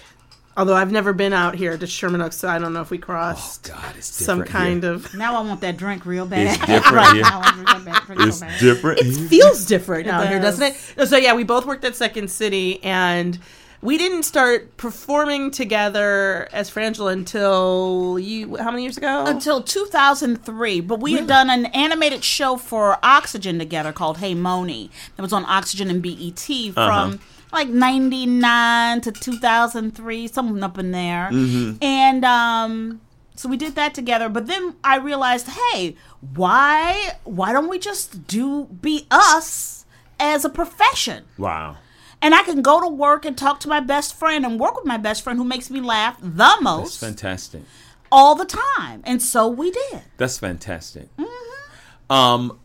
E: Although I've never been out here to Sherman Oaks, so I don't know if we
A: Oh,
E: crossed
A: God, it's different
E: some kind
A: here.
E: of.
D: now I want that drink real bad. [laughs]
E: [laughs]
A: It's different
D: right
A: here.
D: now, I want that drink real
A: It's
D: bad.
A: different.
E: It
A: here.
E: feels different out here,
D: does.
E: doesn't it? So yeah, we both worked at Second City, and we didn't start performing together as Frangela until you. How many years ago?
D: until 2003 but we had done an animated show for oxygen together called hey moni that was on oxygen and bet from
A: Uh-huh.
D: like 99 to 2003 something up in there
A: Mm-hmm.
D: and um so we did that together but then i realized hey why why don't we just do be us as a profession
A: Wow.
D: and i can go to work and talk to my best friend and work with my best friend who makes me laugh the
A: That's
D: most
A: fantastic.
D: all the time and so we did
A: That's fantastic.
E: Mm-hmm.
A: Um,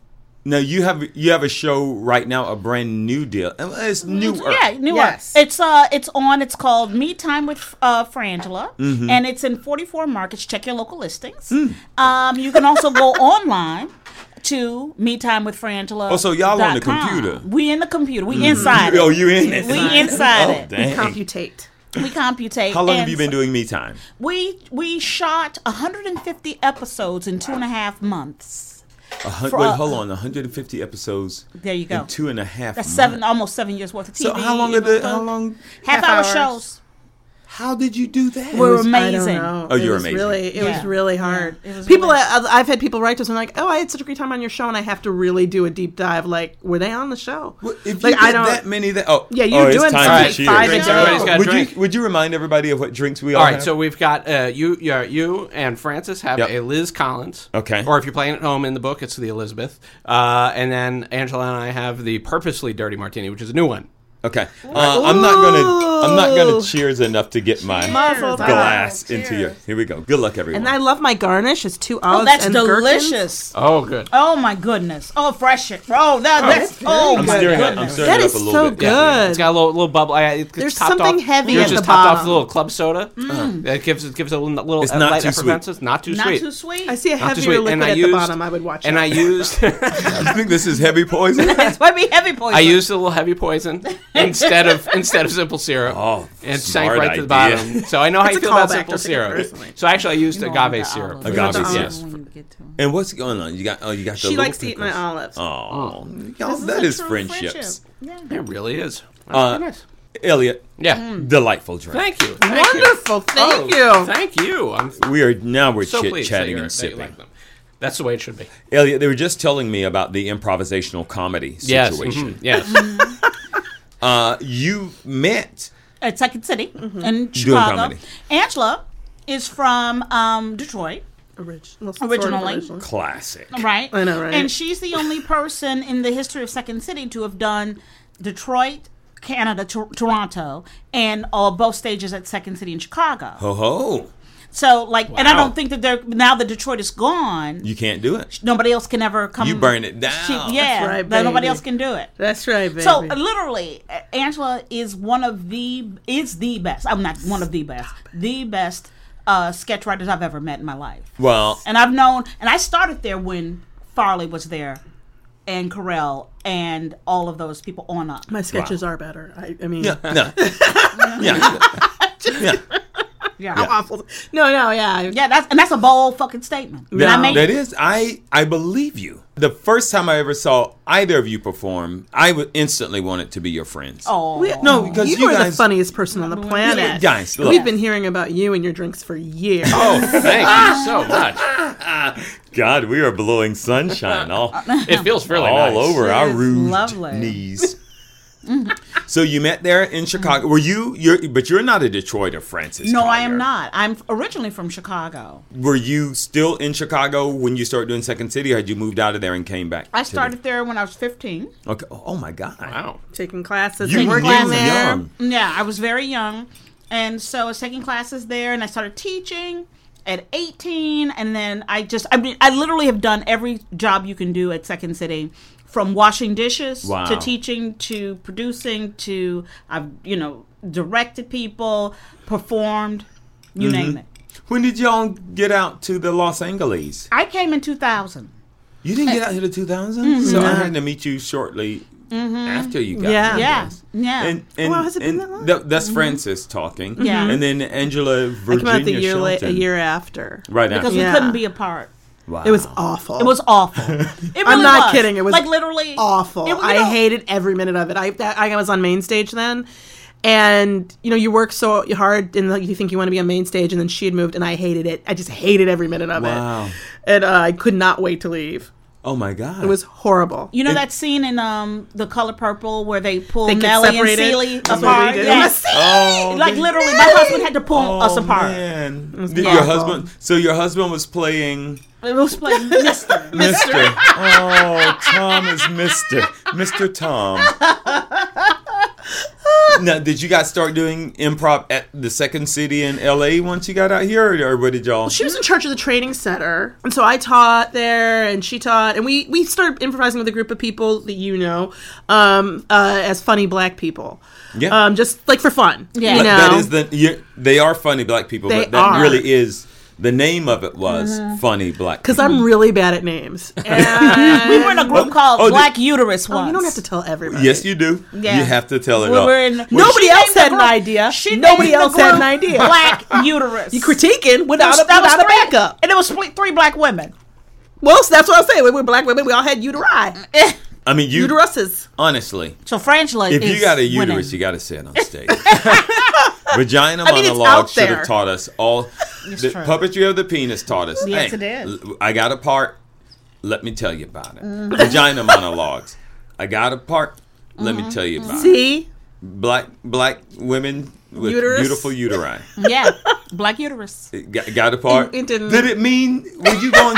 A: now you have you have a show right now, a brand new deal. Uh, It's newer.
D: Yeah, New
E: Yes.
D: York. It's uh, it's on. It's called Me Time with uh, Frangela,
A: Mm-hmm.
D: and it's in 44 markets. Check your local listings.
A: Hmm.
D: Um, you can also go [laughs] online to Me Time with Frangela.
A: Oh, so y'all on the computer.
D: We in the computer.
A: [laughs]
D: We inside.
A: Oh,
D: It.
A: you in it?
D: We inside
A: oh,
D: it.
A: Dang.
E: Computate.
D: We computate.
A: How long
D: and
A: have you been doing me time?
D: We we shot 150 episodes in two and a half months.
A: A hun-
D: For,
A: wait,
D: uh,
A: hold on. 150 episodes.
D: There you go.
A: In two and a half.
D: That's seven,
A: months.
D: almost seven years worth of TV.
A: Mm-hmm. So how long? Are the, how
D: film.
A: long?
D: Half,
E: Half
D: hour
E: hours.
D: shows.
A: How did you do that?
D: We're
E: was- I don't
D: amazing.
E: know.
A: Oh,
E: It
A: you're
E: was
A: amazing.
E: Really, it
D: Yeah.
E: was really hard.
D: Yeah, it was
E: people,
D: really-
E: I- I've had people write to us and like, "Oh, I had such a great time on your show," and I have to really do a deep dive. Like, were they on the show?
A: Well, if you
E: like,
A: did that many, that oh
E: Yeah,
A: oh,
E: you're
A: it's
E: doing
A: time
E: something
A: to cheers.
E: five
C: Drinks,
E: a day.
C: everybody's got a
A: would
C: drink.
A: you would you remind everybody of what drinks we all,
C: All right,
A: have?
C: so we've got uh, you, yeah, you and Francis have
A: Yep.
C: a Liz Collins.
A: Okay.
C: Or if you're playing at home in the book, it's the Elizabeth. Uh, and then Angela and I have the purposely dirty martini, which is a new one.
A: okay, uh, I'm not gonna I'm not gonna
E: Ooh.
A: cheers enough to get my
E: Muzzle thank
A: glass into your. Here we go. Good luck, everyone.
E: And I love my garnish. It's two olives
D: Oh, that's
E: and
D: delicious.
E: Gherkins.
C: Oh, good.
D: Oh my goodness! Oh, fresh it! Oh, that, that's oh
A: I'm
D: my
A: stirring it. I'm
D: goodness!
A: stirring
E: That
A: it up
E: is
A: a little
E: so
A: bit.
E: good.
C: It's got a little, little bubble. I, it gets
E: There's
C: topped
E: something
C: off.
E: heavy
C: Yours
E: at
C: just
E: the
C: topped off
E: bottom. Mm.
C: the little club soda. Uh, That gives it gives it a little, little
A: It's
C: uh,
A: not
C: light
A: too sweet.
C: effervescence. Not too
D: Not
C: sweet.
D: too sweet.
E: I see a
C: Not too
E: heavier
C: sweet.
E: liquid
C: And I
E: at
C: used-
E: the bottom. I would watch.
C: And
E: it.
C: I
E: [laughs]
C: used
A: I think this is heavy poison.
D: [laughs] That's why we heavy poison.
C: I used a little heavy poison instead of instead of simple syrup.
A: Oh,
C: and sank
A: smart
C: right to the
A: idea.
C: bottom. So I know how
E: It's
C: you
E: a
C: feel about
E: callback,
C: simple
E: don't take it
C: syrup.
E: personally.
C: So actually, I used
D: You know,
C: agave
D: Oh, the
C: syrup.
D: olives.
A: Agave,
D: The olives
A: yes.
D: when we get to 'em.
A: and what's going on? You got oh you got. The
E: she
A: little
E: likes to eat my
A: pickles.
E: olives.
A: Oh, y'all,
D: This
A: that
D: a
A: is
D: true
A: friendships.
D: friendship.
C: It really is.
A: Uh, Elliot,
C: Yeah.
A: Mm. delightful drink.
C: Thank you. Thank
E: Wonderful. Thank
C: you. Oh,
E: you.
C: Thank you. I'm
A: We are now we're
C: so
A: chit
C: pleased that,
A: chatting
C: you're,
A: and
C: that you
A: sipping.
C: like them. That's the way it should be.
A: Elliot, they were just telling me about the improvisational comedy
C: Yes. mm-hmm.
A: situation.
C: mhm, Yes.
A: Uh, you met
D: At Second City in Chicago.
A: comedy.
D: Angela is from um, Detroit,
E: Originally.
D: Originally.
A: classic.
D: right?
E: I know, right?
D: And she's the only person in the history of Second City to have done Detroit, Canada, Tor- Toronto, and uh, both stages at Second City in Chicago.
A: Ho Oh, ho!
D: So, like, and I
C: Wow.
D: don't think that they're now that Detroit is gone.
A: You can't do it.
D: nobody else can ever come.
A: You burn it down.
D: She- yeah,
E: That's right,
D: that nobody
E: baby.
D: else can do it.
E: That's right, baby.
D: So literally, A- Angela is one of the is the best. I'm not one of the best, the best uh, sketch writers I've ever met in my life.
A: Well,
D: And I've known, and I started there when Farley was there, and Carell, and all of those people on up. [laughs]
E: my sketches are better. I, I mean,
A: yeah, no. yeah. Yeah.
D: Yeah.
E: How awful. No, no, yeah.
D: Yeah, that's and that's a bold fucking statement. And I
A: That-
D: made-
A: that is, I I believe you. The first time I ever saw either of you perform, I would instantly wanted to be your friends.
D: Oh.
E: We-
A: no, because
E: you,
A: you,
E: are
A: guys,
E: the funniest person on the planet.
A: guys,
E: And
A: look.
E: We've been hearing about you and your drinks for years.
D: [laughs]
C: Oh, thank you so much.
A: Oh, God, we are blowing sunshine
D: [laughs]
A: all
C: It feels really
A: all
C: nice.
A: over our
D: is
A: rude
D: lovely. [laughs]
A: knees. so you met there in Chicago. Were you? You're, but you're not a Detroiter, Francis.
D: No, I
A: Collier.
D: am not. I'm originally from Chicago.
A: Were you still in Chicago when you started doing Second City, or had you moved out of there and came back?
D: I
A: to the-
D: started there when I was 15.
A: Okay. Oh my God.
C: Wow.
E: Taking classes
A: You
E: and
A: were
E: working
D: classes.
E: there.
A: young.
D: Yeah, I was very young. And so I was taking classes there and I started teaching at 18 and then I just I mean I literally have done every job you can do at Second City from washing dishes
A: Wow.
D: to teaching to producing to I've you know directed people, performed, you name it.
A: When did y'all get out to the Los Angeles?
D: I came in 2000.
A: You didn't get out here to 2000,
D: Mm-hmm.
A: so I had to meet you shortly after you got
E: Yeah.
A: here.
D: Yeah.
A: Yes.
D: Yeah. Mm-hmm.
A: And, and,
E: wow, has it been
A: and
E: that long?
A: tha- that's Francis talking.
D: Yeah.
A: And then Angela
E: I came
A: Virginia
E: out the year late, a
A: Shelton.
E: year after.
A: Right after.
D: because
E: Yeah.
D: we couldn't be apart.
A: Wow.
E: It was awful.
D: It was
E: [laughs]
D: awful. It really
E: I'm not
D: was.
E: kidding. It was
D: like literally
E: awful.
D: It was- you
E: I
D: know-
E: hated every minute of it. I that, I was on main stage then, and you know you work so hard and like, you think you want to be on main stage, and then she had moved, and I hated it. I just hated every minute of
A: Wow.
E: it, and uh, I could not wait to leave.
A: Oh my God.
E: It was horrible.
D: You know
A: It-
D: that scene in um The Color Purple where they pull
E: They get
D: Nelly and
E: separated?
D: Celie
E: That's what
D: apart?
E: we did. Oh,
D: Yes.
A: Oh,
D: like
A: they- Oh,
D: literally, my husband had to pull us apart.
A: Man. Did
E: awful.
A: your husband? So your husband was playing
D: It was
E: [laughs]
D: like Mister.
A: Mister. [laughs] oh, Tom is Mister. Mister Tom. now, did you guys start doing improv at the Second City in L.A. once you got out here, or, or what did y'all?
E: She was in charge of the training center, and so I taught there, and she taught, and we we started improvising with a group of people that you know, um, uh, as funny black people,
A: Yeah.
E: um, just like for fun,
D: Yeah.
E: you
D: But
E: know.
A: That is the you they are funny black people,
E: They
A: but that
E: are.
A: really is the name of it was
D: Uh-huh.
A: funny black.
E: because I'm really bad at names.
D: we were in a group called
A: oh, the-
D: Black Uterus
E: Oh,
D: once.
E: you don't have to tell everybody.
A: Yes, you do.
D: Yeah.
A: You have to tell it
D: We
A: all.
D: were in,
E: Nobody
D: she
E: else
D: named the
E: had an
D: group-
E: idea.
D: She
E: Nobody
D: named the
E: else had an
D: group [laughs]
E: idea.
D: Black Uterus.
E: you critiquing
D: That
E: without
D: was-
E: a,
D: that was
E: without a
D: three-
E: backup.
D: and it was three, three black women.
E: Well, so that's what I'm saying. We were black women. We all had uteri,
A: I mean, you
E: uteruses.
A: honestly,
D: So Frangela
A: if
D: is
A: you got a
D: winning.
A: uterus, you got to sit
E: [laughs]
A: on stage. Vagina
E: mean, it's
A: monologue
E: out
A: should
E: there.
A: have taught us all. the
D: true.
A: puppetry of the penis taught us.
D: Yes,
A: hey,
D: it is.
A: l- I got a part. Let me tell you about it.
D: Mm-hmm. [laughs]
A: Vagina monologues. I got a part. Let
D: Mm-hmm.
A: me tell you about it.
E: See,
A: Black black women with
E: Uterus.
A: beautiful
D: [laughs]
A: uteri.
D: yeah,
A: [laughs]
D: Black Uterus.
A: Got, got a part.
E: It- it didn't-
A: Did it mean were you going?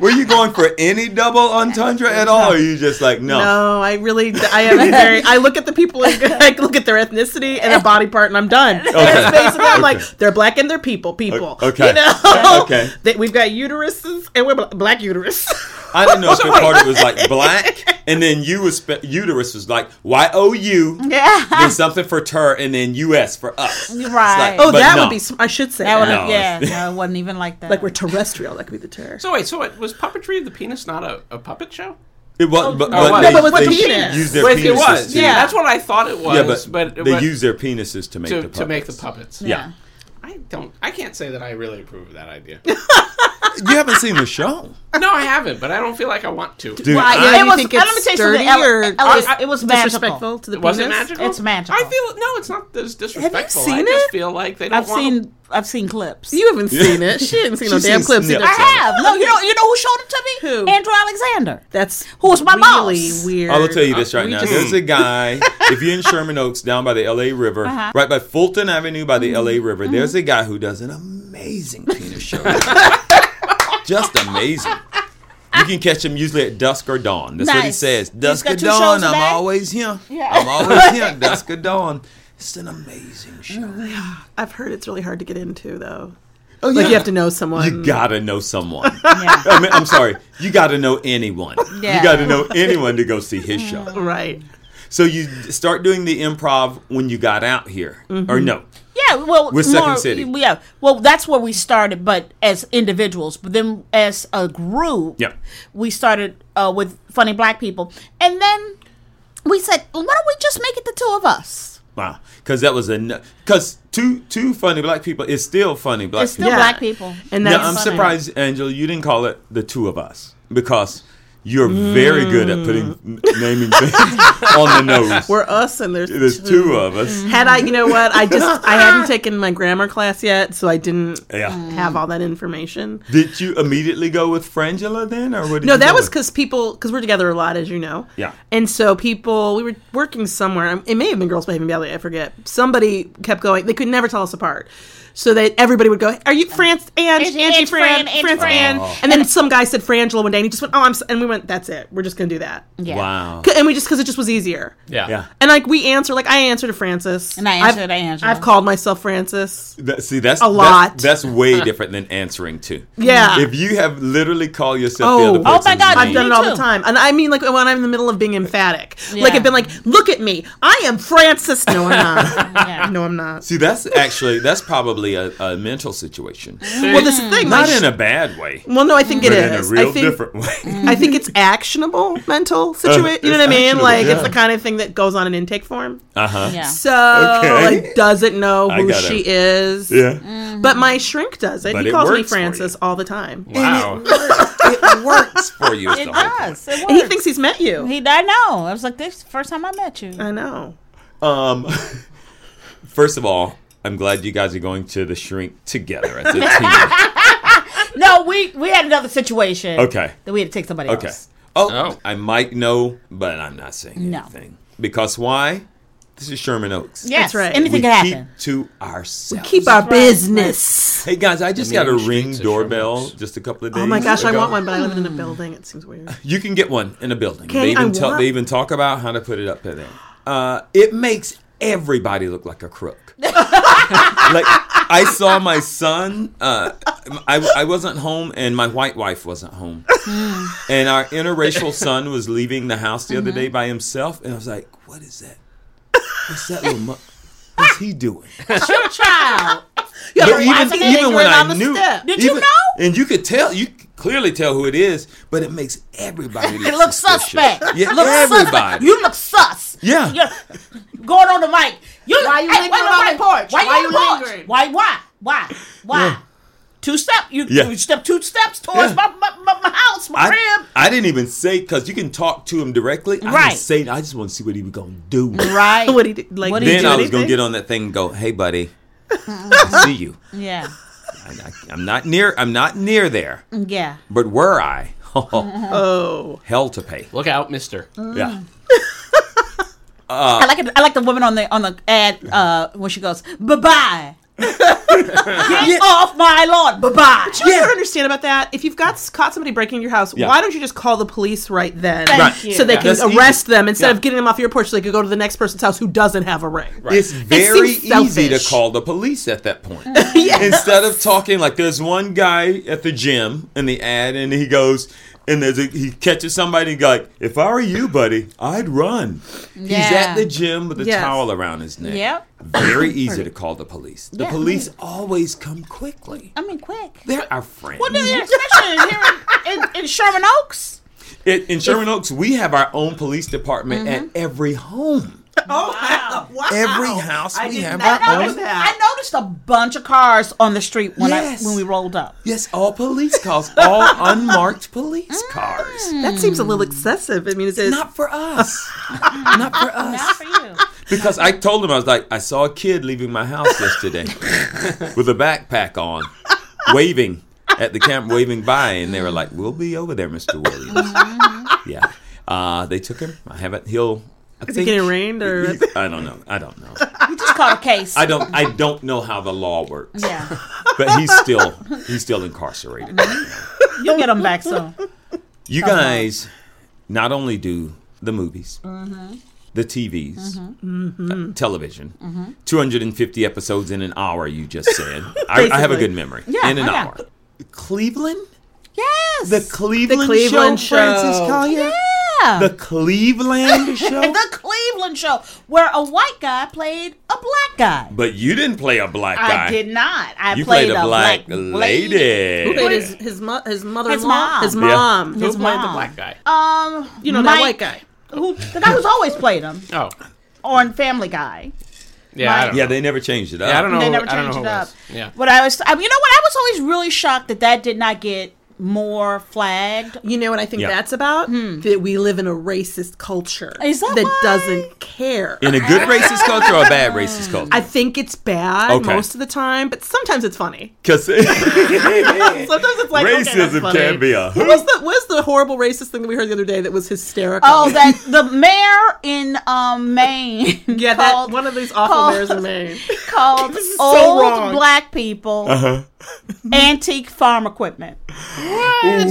A: were you going for [laughs] any double entendre at all? Or are you just like no?
E: no, I really, I am very. I look at the people and [laughs] I look at their ethnicity and their body part, and I'm done. That's basically, I'm like, they're black and they're people, people.
A: O- okay.
E: you know,
A: Okay.
E: [laughs] That we've got uteruses and we're bla- black uterus. [laughs]
A: I didn't know if the part of it was like black, and then you was spe- uterus was like Y O U,
D: Yeah,
A: then something for tur, and then U S for us.
D: right.
E: Oh,
A: But
E: that
A: no.
E: would be. sm- I should say
D: that would
E: that.
A: no.
D: yeah, no, it wasn't even like that.
E: like we're terrestrial. That could be the term.
C: So wait, so what was puppetry of the penis not a, a puppet show?
A: It wasn't, but,
C: Oh,
A: but
C: what?
A: they,
C: No, but
E: with
A: they
E: the penis.
A: used their
C: Wait,
A: penises.
C: it was.
A: to,
C: Yeah, that's what I thought it was.
A: yeah, but,
C: but, but
A: they used their penises to make
C: to,
A: the
C: to make the
A: puppets.
C: puppets.
A: Yeah,
C: I don't. I can't say that I really approve of that idea. [laughs]
A: you haven't seen the show,
C: no, I haven't, but I don't feel like I want to.
A: dude.
D: Right,
A: I-
D: yeah,
E: Yeah,
D: it
E: you
D: was.
E: think
D: I-
E: it's
D: let me tell you
E: dirty
D: something. Ele-
E: or-
D: Ele- Ele-
E: I-
D: it was
E: disrespectful
D: magical.
E: to the
C: Was it
E: penis?
C: magical?
D: It's magical.
C: I feel no, it's not as disrespectful. I
E: seen
C: just
E: it?
C: feel like they don't
D: I've
C: want
D: seen. I've seen clips.
E: You haven't seen it. She didn't see no
A: She's
E: damn
A: seen
E: clips.
A: snips.
E: either.
A: I
D: have. No, you know, you know who showed it to me?
E: Who?
D: Andrew Alexander.
E: That's
D: Who was my
E: really
D: boss?
E: weird.
A: I will tell you this right
E: We
A: now.
E: just-
A: There's a
D: [laughs]
A: guy, if you're in Sherman Oaks, down by the LA River,
D: Uh-huh.
A: right by Fulton Avenue by the
D: Mm-hmm.
A: LA River, there's a guy who does an amazing penis
D: [laughs]
A: show. Just amazing. You can catch him usually at dusk or dawn. That's what he
D: Nice.
A: says.
D: He's
A: Dusk
D: got
A: or
D: two shows
A: dawn,
D: a
A: I'm
D: day?
A: always here.
D: Yeah.
A: I'm
D: [laughs]
A: always here, dusk or dawn. It's an amazing
D: Mm-hmm.
A: show.
E: I've heard it's really hard to get into though.
A: Oh,
E: Like you have to know someone.
A: You gotta know someone.
D: Yeah.
A: I mean, I'm sorry. You gotta know anyone.
D: Yeah.
A: You gotta know anyone to go see his show.
E: right.
A: So you start doing the improv when you got out here,
E: Mm-hmm.
A: or no?
D: Yeah, well,
A: With Second City.
D: Yeah, well, that's where we started, but as individuals, but then as a group,
A: Yep.
D: we started uh, with funny black people, and then we said, "Why don't we just make it the two of us?"
A: Wow, because that was a because two two funny black people is still funny black
D: It's still
A: people.
E: Yeah.
D: black people.
E: And
A: Now
E: that's
A: I'm
D: funny.
A: surprised, Angela, you didn't call it the two of us because you're very good at putting n- naming
E: [laughs]
A: things on the nose.
E: Mm. we're us and there's,
A: There's two of us.
E: Had I, you know what? I just I [laughs] hadn't taken my grammar class yet, so I didn't
A: Yeah.
E: have all that information.
A: Did you immediately go with Frangela then, or what? Did
E: No,
A: you
E: that
A: go
E: was
A: with?
E: because people, because we're together a lot, as you know.
A: Yeah.
E: And so people, we were working somewhere. It may have been Girls Behaving Badly, I forget. Somebody kept going. They could never tell us apart. So that everybody would go, "Are you France and
D: It's-
E: Angie
D: it's
E: Fran,
D: Fran, it's
E: France
D: Fran."
E: Ann?"
A: Oh.
E: And then some guy said Frangela one day, and he just went, "Oh, I'm," s-" and we went, "That's it. We're just gonna do that."
D: Yeah.
E: [laughs]
A: wow.
E: C- And we just because it just was easier.
C: Yeah.
A: Yeah.
E: And like we answer, like I answer to Francis,
D: And I
E: I've-
D: answer to Angela.
E: I've called myself Francis.
A: That, see, that's
E: A lot.
A: That's, that's
E: [laughs]
A: way different than answering to.
E: Yeah.
A: If you have literally called yourself
E: Ah. Oh.
A: the other
E: Oh my
A: person's
D: God,
A: name,
E: I've done
D: Me
E: it all the
D: too.
E: time. And I mean, like, when I'm in the middle of being emphatic. Like,
D: Yeah.
E: I've been like, look at me. I am Francis. No, I'm
D: [laughs]
E: not.
D: Yeah.
E: no, I'm not.
A: See, that's actually that's probably a, a mental situation.
E: Well, this is the thing.
A: Not
E: like,
A: in a bad way,
E: well, no, I think Mm. it
A: but in a
E: is.
A: real
E: I think, Mm,
A: different way.
E: I think it's actionable mental situation. you know what I mean?
A: actionable,
E: Like,
A: yeah.
E: it's the kind of thing that goes on an intake form.
A: Uh huh.
D: Yeah.
E: So,
A: Okay.
E: like, doesn't know
A: I
E: who
A: got it.
E: she is.
A: [laughs] Yeah.
E: But my shrink does it.
A: But
E: he
A: it
E: calls me
A: works for you.
E: Francis all the time.
C: Wow.
E: mm,
A: it [laughs] works for you. is
D: It
A: the whole point.
D: does. It
E: And he
D: works.
E: thinks he's met you.
D: He, I know. I was like, this is the first time I met you.
E: I know.
A: Um, [laughs] first of all, I'm glad you guys are going to the shrink together as a
E: [laughs]
A: team.
D: No, we we had another situation.
A: Okay.
D: That we had to take somebody
A: Okay.
D: else.
A: Oh,
C: Oh.
A: I might know, but I'm not saying
D: No.
A: anything because why? This is Sherman Oaks.
D: Yes.
E: right.
A: we
D: Anything could
A: keep
D: happen.
A: to ourselves.
E: Keep our business.
A: Hey guys, I just
C: The
A: got a
C: main
A: ring
C: streets of Sherman
A: doorbell
C: Oaks.
A: just a couple of days.
E: Oh my gosh, I
A: ago.
E: want one, but I live in a building. It seems weird.
A: You can get one in a building.
E: Can
A: they
E: I
A: even tell,
E: want-
A: they even talk about how to put it up there. Uh, it makes everybody look like a
E: [laughs]
A: crook. like I saw my son. Uh, I I wasn't home, and my white wife wasn't
E: [sighs]
A: home, and our interracial son was leaving the house the other
E: Mm-hmm.
A: day by himself, and I was like, "What is that? What's that little?" Mu- What's he doing?
D: Your child.
E: Yeah,
A: But
E: but
A: even,
E: why is it
A: even when
E: lingering on
A: I
E: the
A: knew,
E: step?
D: Did you
A: even-
D: know?
A: And you could tell, you could clearly tell who it is, but it makes everybody. Look
D: [laughs] It looks
A: suspicious.
D: suspect.
A: Yeah,
D: Looks
A: everybody.
D: suspect. You look sus.
A: Yeah.
D: You're going on the mic. You,
E: Why you lingering
D: wait a
E: on
D: minute.
E: the porch?
D: Why, you
E: Why
D: on
E: you
D: the porch?
E: lingering?
D: Why? Why? Why? Why? Two step. You,
A: Yeah.
D: you step two steps towards
A: Yeah.
D: my, my, my, my house, my
A: I,
D: crib.
A: I didn't even say because you can talk to him directly. I
D: Right.
A: didn't say. I just want to see what he was gonna do.
D: Right.
E: What he did, like,
D: What
E: did he
A: Then
E: do
A: I was gonna
E: anything?
A: get on that thing and go, "Hey, buddy, I [laughs] see you.
D: Yeah.
A: I, am not near. I'm not near there.
D: Yeah.
A: But were I, [laughs]
E: Oh,
A: hell to pay.
C: Look out, Mister.
A: Yeah. Uh,
D: I like it. I like the woman on the on the ad uh, when she goes bye bye. Get off my lawn, bye bye.
E: you know what I don't understand about that. If you've got caught somebody breaking into your house,
A: Yeah.
E: why don't you just call the police right then,
D: Thank Right. you.
E: so they can
A: That's
E: arrest
A: easy.
E: them instead
A: Yeah.
E: of getting them off your porch so they could go to the next person's house who doesn't have a ring?
A: It's very
E: seems
A: easy to
E: selfish.
A: call the police at that
E: [laughs]
A: point. Instead of talking like there's one guy at the gym in the ad, and he goes and there's a, he catches somebody and go like, "If I were you, buddy, I'd run." He's
D: Yeah.
A: at the gym with a
E: Yes.
A: towel around his neck.
D: Yep.
E: [coughs]
A: Very easy to call the police. The
D: Yeah.
A: police always come quickly.
D: I mean, quick.
A: They're our friends.
D: Well, they're especially here in, in, in Sherman Oaks.
A: It- in Sherman Oaks, we have our own police department at every home.
E: [laughs] Oh Mm-hmm. wow!
A: Every house
E: I
A: we
E: did
A: have
E: not
A: our
E: know
A: own.
E: that.
D: I noticed a bunch of cars on the street when
A: Yes.
D: I when we rolled up.
A: Yes, all police cars,
E: [laughs]
A: all unmarked police cars.
D: Hmm.
E: That seems a little excessive. I mean, is it?
A: Not for us. Not for us.
D: for you. [laughs]
A: Because I told him, I was like, I saw a kid leaving my house [laughs] yesterday with a backpack on, waving at the camp, waving by, and they were like, We'll be over there, Mr. Williams.
E: Mm-hmm.
A: yeah. Uh, they took him. I haven't, he'll. I
E: it
A: think-
E: getting arraigned or-
A: he's- I don't know. I don't know.
D: We just caught a case.
A: I don't. I don't know how the law works.
D: yeah,
A: But he's still he's still incarcerated.
D: you'll get them
A: [laughs]
D: back soon.
A: You guys not only do the movies, the TVs, uh, television, 250 episodes in an hour, you just said. I, I have a
E: Basically.
A: good memory.
D: Yeah,
A: in an
D: I got
A: hour. Cleveland?
D: Yes,
A: The Cleveland,
E: Cleveland
A: show, Francis
E: show.
A: Collier?
D: yeah.
A: The Cleveland show?
D: the Cleveland show where a white guy played a black guy.
A: but you didn't play a black guy.
D: I did not. I
A: You
D: played,
A: played, a black, lady.
E: Who [laughs] played his his, mo- his mother-in-law?
D: His mom.
E: His
A: Yeah.
E: mom.
C: Who
D: His
C: played the
D: mom.
C: black guy?
D: Um,
E: You know that
D: Mike-
E: white guy.
D: Who, the guy who's always played him
C: Oh,
D: on Family Guy.
C: Yeah, I
D: Right.
C: don't
A: Yeah,
C: know.
A: they never changed it. Up.
C: Yeah, I don't know.
D: They never
C: I don't know
D: changed
C: who
D: it
C: it
D: up.
C: was. Yeah.
D: What I was, I, you know, what I was always really shocked that that did not get more flagged.
E: You know what I think
A: Yeah.
E: that's about? That we live in a racist culture
D: Hmm. Is that
E: that
D: why?
E: doesn't care.
A: In a good racist culture or a bad racist
E: I
A: culture?
E: think it's bad
A: Okay.
E: most of the time, but sometimes
A: [laughs]
E: it's funny.
A: Because
E: Sometimes it's like okay, that's
A: racism
E: funny.
A: can be a
E: What was the what's the horrible racist thing that we heard the other day that was hysterical?
D: Oh, that the mayor in um, Maine
E: [laughs] yeah,
D: called,
E: that one of these awful
D: called-
E: mayors in Maine.
D: called
E: is so
D: old
E: wrong.
D: black people
A: Uh-huh.
D: antique farm equipment.
A: Whoa.
D: [laughs] Isn't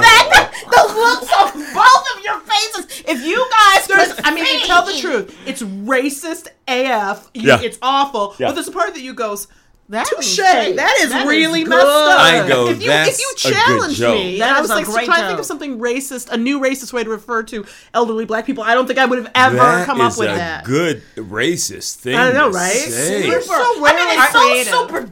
D: that the, the looks on both of your faces? If you guys,
E: [laughs] There's,
D: could
E: I mean,
D: see-
E: you tell the truth. It's racist AF. You-
A: Yeah.
E: It's awful.
A: Yeah.
E: But there's a part that you goes,
D: That is-
E: touche. That is really messed
D: good.
E: up.
A: I go,
E: If you,
A: "That's
E: if you
A: a good
E: challenge
A: joke."
E: me,
D: That
E: and I
D: is
E: was
D: a
E: like
D: great
E: trying to think
D: joke.
E: of something racist, a new racist way to refer to elderly black people. I don't think I would have ever
A: That
E: come up
A: is
E: with
A: a
E: that.
A: good racist thing.
E: I know,
A: to
E: right?
A: say.
E: Super.
D: Super-
E: So
D: I mean, it's so
E: rarely creative.
D: super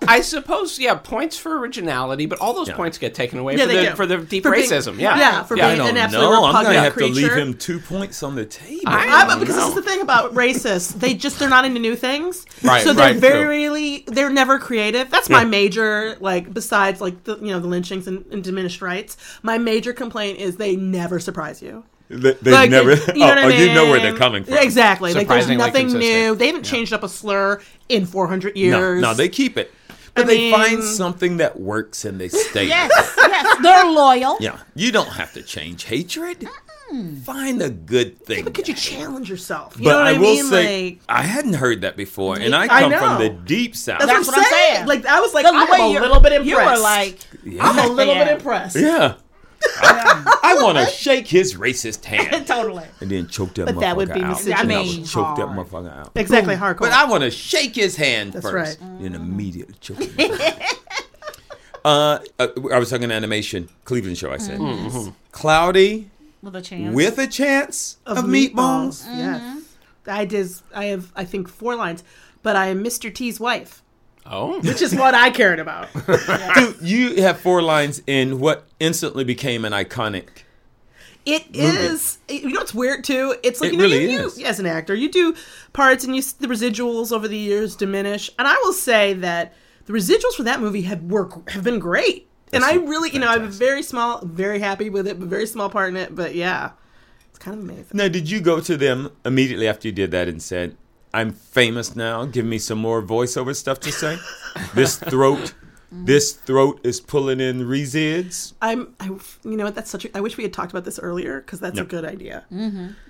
D: deep.
C: I suppose, yeah, points for originality, but all those points get taken away
E: Yeah,
C: for,
E: they
C: the,
E: do.
C: for the deep
E: For being-
C: racism. yeah.
E: yeah, for
A: I
E: being
A: don't
E: an absolute
A: know. I'm gonna
E: repugnant
A: have to leave
E: creature.
A: him two points on the table.
C: I-
E: I'm, because this is the thing about racists. They just they're not into new things.
C: Right,
E: So they're
C: right,
E: very
C: true.
E: really they're never creative. That's my major like besides like the you know the lynchings and, and diminished rights. My major complaint is they never surprise you.
A: they they
E: Like,
A: never.
E: you know
A: [laughs] oh,
E: what I
A: oh, you know where
E: mean?
A: they're coming from.
E: Exactly. Like there's
C: Surprisingly
E: nothing new.
C: consistent.
E: They haven't changed up a slur in 400
A: No,
E: years.
A: no, they keep it. But
E: I
A: they
E: mean-
A: find something that works and they stay.
D: [laughs] Yes, yes, they're loyal.
A: Yeah. You don't have to change hatred. Find a good thing.
E: But could you challenge yourself? You
A: but
E: know what
A: I,
E: I,
A: will
E: mean?
A: say,
E: like
A: I hadn't heard that before, and I
E: I
A: come from the
E: know.
A: deep south.
E: that's,
D: That's
E: what I'm
D: what I'm
E: saying.
D: saying.
E: Like I was like
D: The
E: I'm
D: way
E: a
D: you're-
E: little bit impressed.
D: You were like,
E: I'm a little [laughs]
D: Yeah.
E: bit
A: [laughs]
E: impressed.
A: yeah. I, want to shake his racist hand
D: totally.
A: and then choke that motherfucker
E: But that would be
A: out.
E: misogyny.
A: And I would
D: Amazing.
A: choke that
D: Hard.
A: motherfucker out.
E: Exactly hardcore.
A: But I want to shake his hand first,
E: right. Mm.
A: then immediately choke him.
E: [laughs]
A: uh, uh, I was talking animation, Cleveland show. I said,
E: Mm-hmm.
A: "Cloudy
D: With a chance.
A: with a chance of, meatballs." Mm-hmm.
E: Yes. I did. I have. I think four lines, but I am Mr. T's wife,
C: Oh.
E: which is what I cared
A: [laughs]
E: about.
A: Dude, you have four lines in what instantly became an iconic.
E: It is. You know, it's weird too. It's like
A: It
E: you know,
A: really
E: you, you-
A: is.
E: as an actor, you do parts and you s- the residuals over the years diminish. And I will say that the residuals for that movie have work have been great. and I
A: That's
E: really, you know, I have a
A: fantastic.
E: very small, very happy with it, but very small part in it. But yeah, it's kind of amazing.
A: Now, did you go to them immediately after you did that and said, "I'm famous now. Give me some more voiceover stuff to say." this
E: [laughs]
A: throat, this throat is pulling in resids.
E: I'm, I, you know what? That's such. A, I wish we had talked about this earlier because that's a good idea.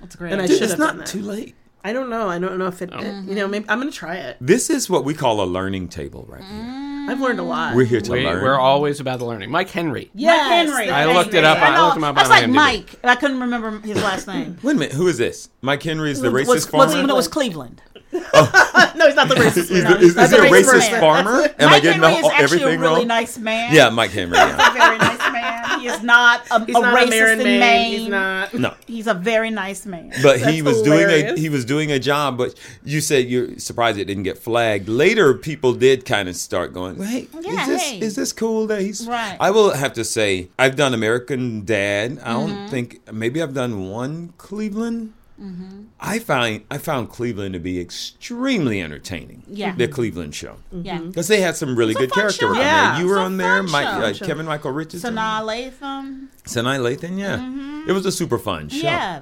D: That's great.
E: And I
A: Dude,
E: should
A: it's
E: have done
A: not
E: that.
A: too late.
E: I don't know. I don't know if it.
D: Oh.
E: You know, maybe I'm gonna try it.
A: This is what we call a learning table, right here.
E: I've learned a
D: Mm.
E: lot.
A: We're here to
C: We,
A: learn.
C: are always about the learning. Mike Henry.
D: Mike Henry.
C: I looked it up. I looked him up
D: I
C: on
D: was like
C: IMDb.
D: Mike, and I couldn't remember his
A: [laughs]
D: last name.
A: Wait a minute, who is this? Mike Henry is the racist
E: What's- what's-
A: farmer.
E: what's-
D: When it was Cleveland.
E: [laughs] no, he's not the racist.
A: is,
E: man.
A: the- is-
D: That's
A: is
D: a
A: he a
D: racist
A: racist
D: man.
A: farmer? Am I
D: Mike
A: getting
D: Henry
A: all-
D: is actually
A: everything
D: a really
A: wrong?
D: nice man.
A: Yeah, Mike Henry. Yeah.
D: [laughs] a very nice man. He is not a,
E: [laughs] He's
D: a
E: not
D: racist
E: Marin
D: in
E: man.
D: Maine.
E: He's
D: [laughs]
E: not.
A: No,
D: He's a very nice man.
A: [laughs] but he
E: That's
A: was doing a
E: hilarious.
A: he was doing a job. But you said you're surprised it didn't get flagged. Later, people did kind of start going, "Hey,
D: Yeah,
A: is this
D: hey.
A: is this cool that he's?"
D: Right.
A: I will have to say I've done American Dad. I
D: Mm-hmm.
A: don't think maybe I've done one Cleveland.
D: Mm-hmm.
A: I find I found Cleveland to be extremely entertaining.
D: Yeah.
A: the Cleveland show.
D: yeah.
E: Mm-hmm.
A: Because they had some really good
D: fun
A: character
D: show.
A: work on
E: Yeah,
A: there. You
E: it's
A: were
D: a
A: on there,
D: fun
A: Mike,
D: show.
A: uh, Kevin Michael Richardson, Sanaa,
D: Sanaa Latham.
A: Lathan. Yeah, it was a super fun show.
D: Mm-hmm. Yeah.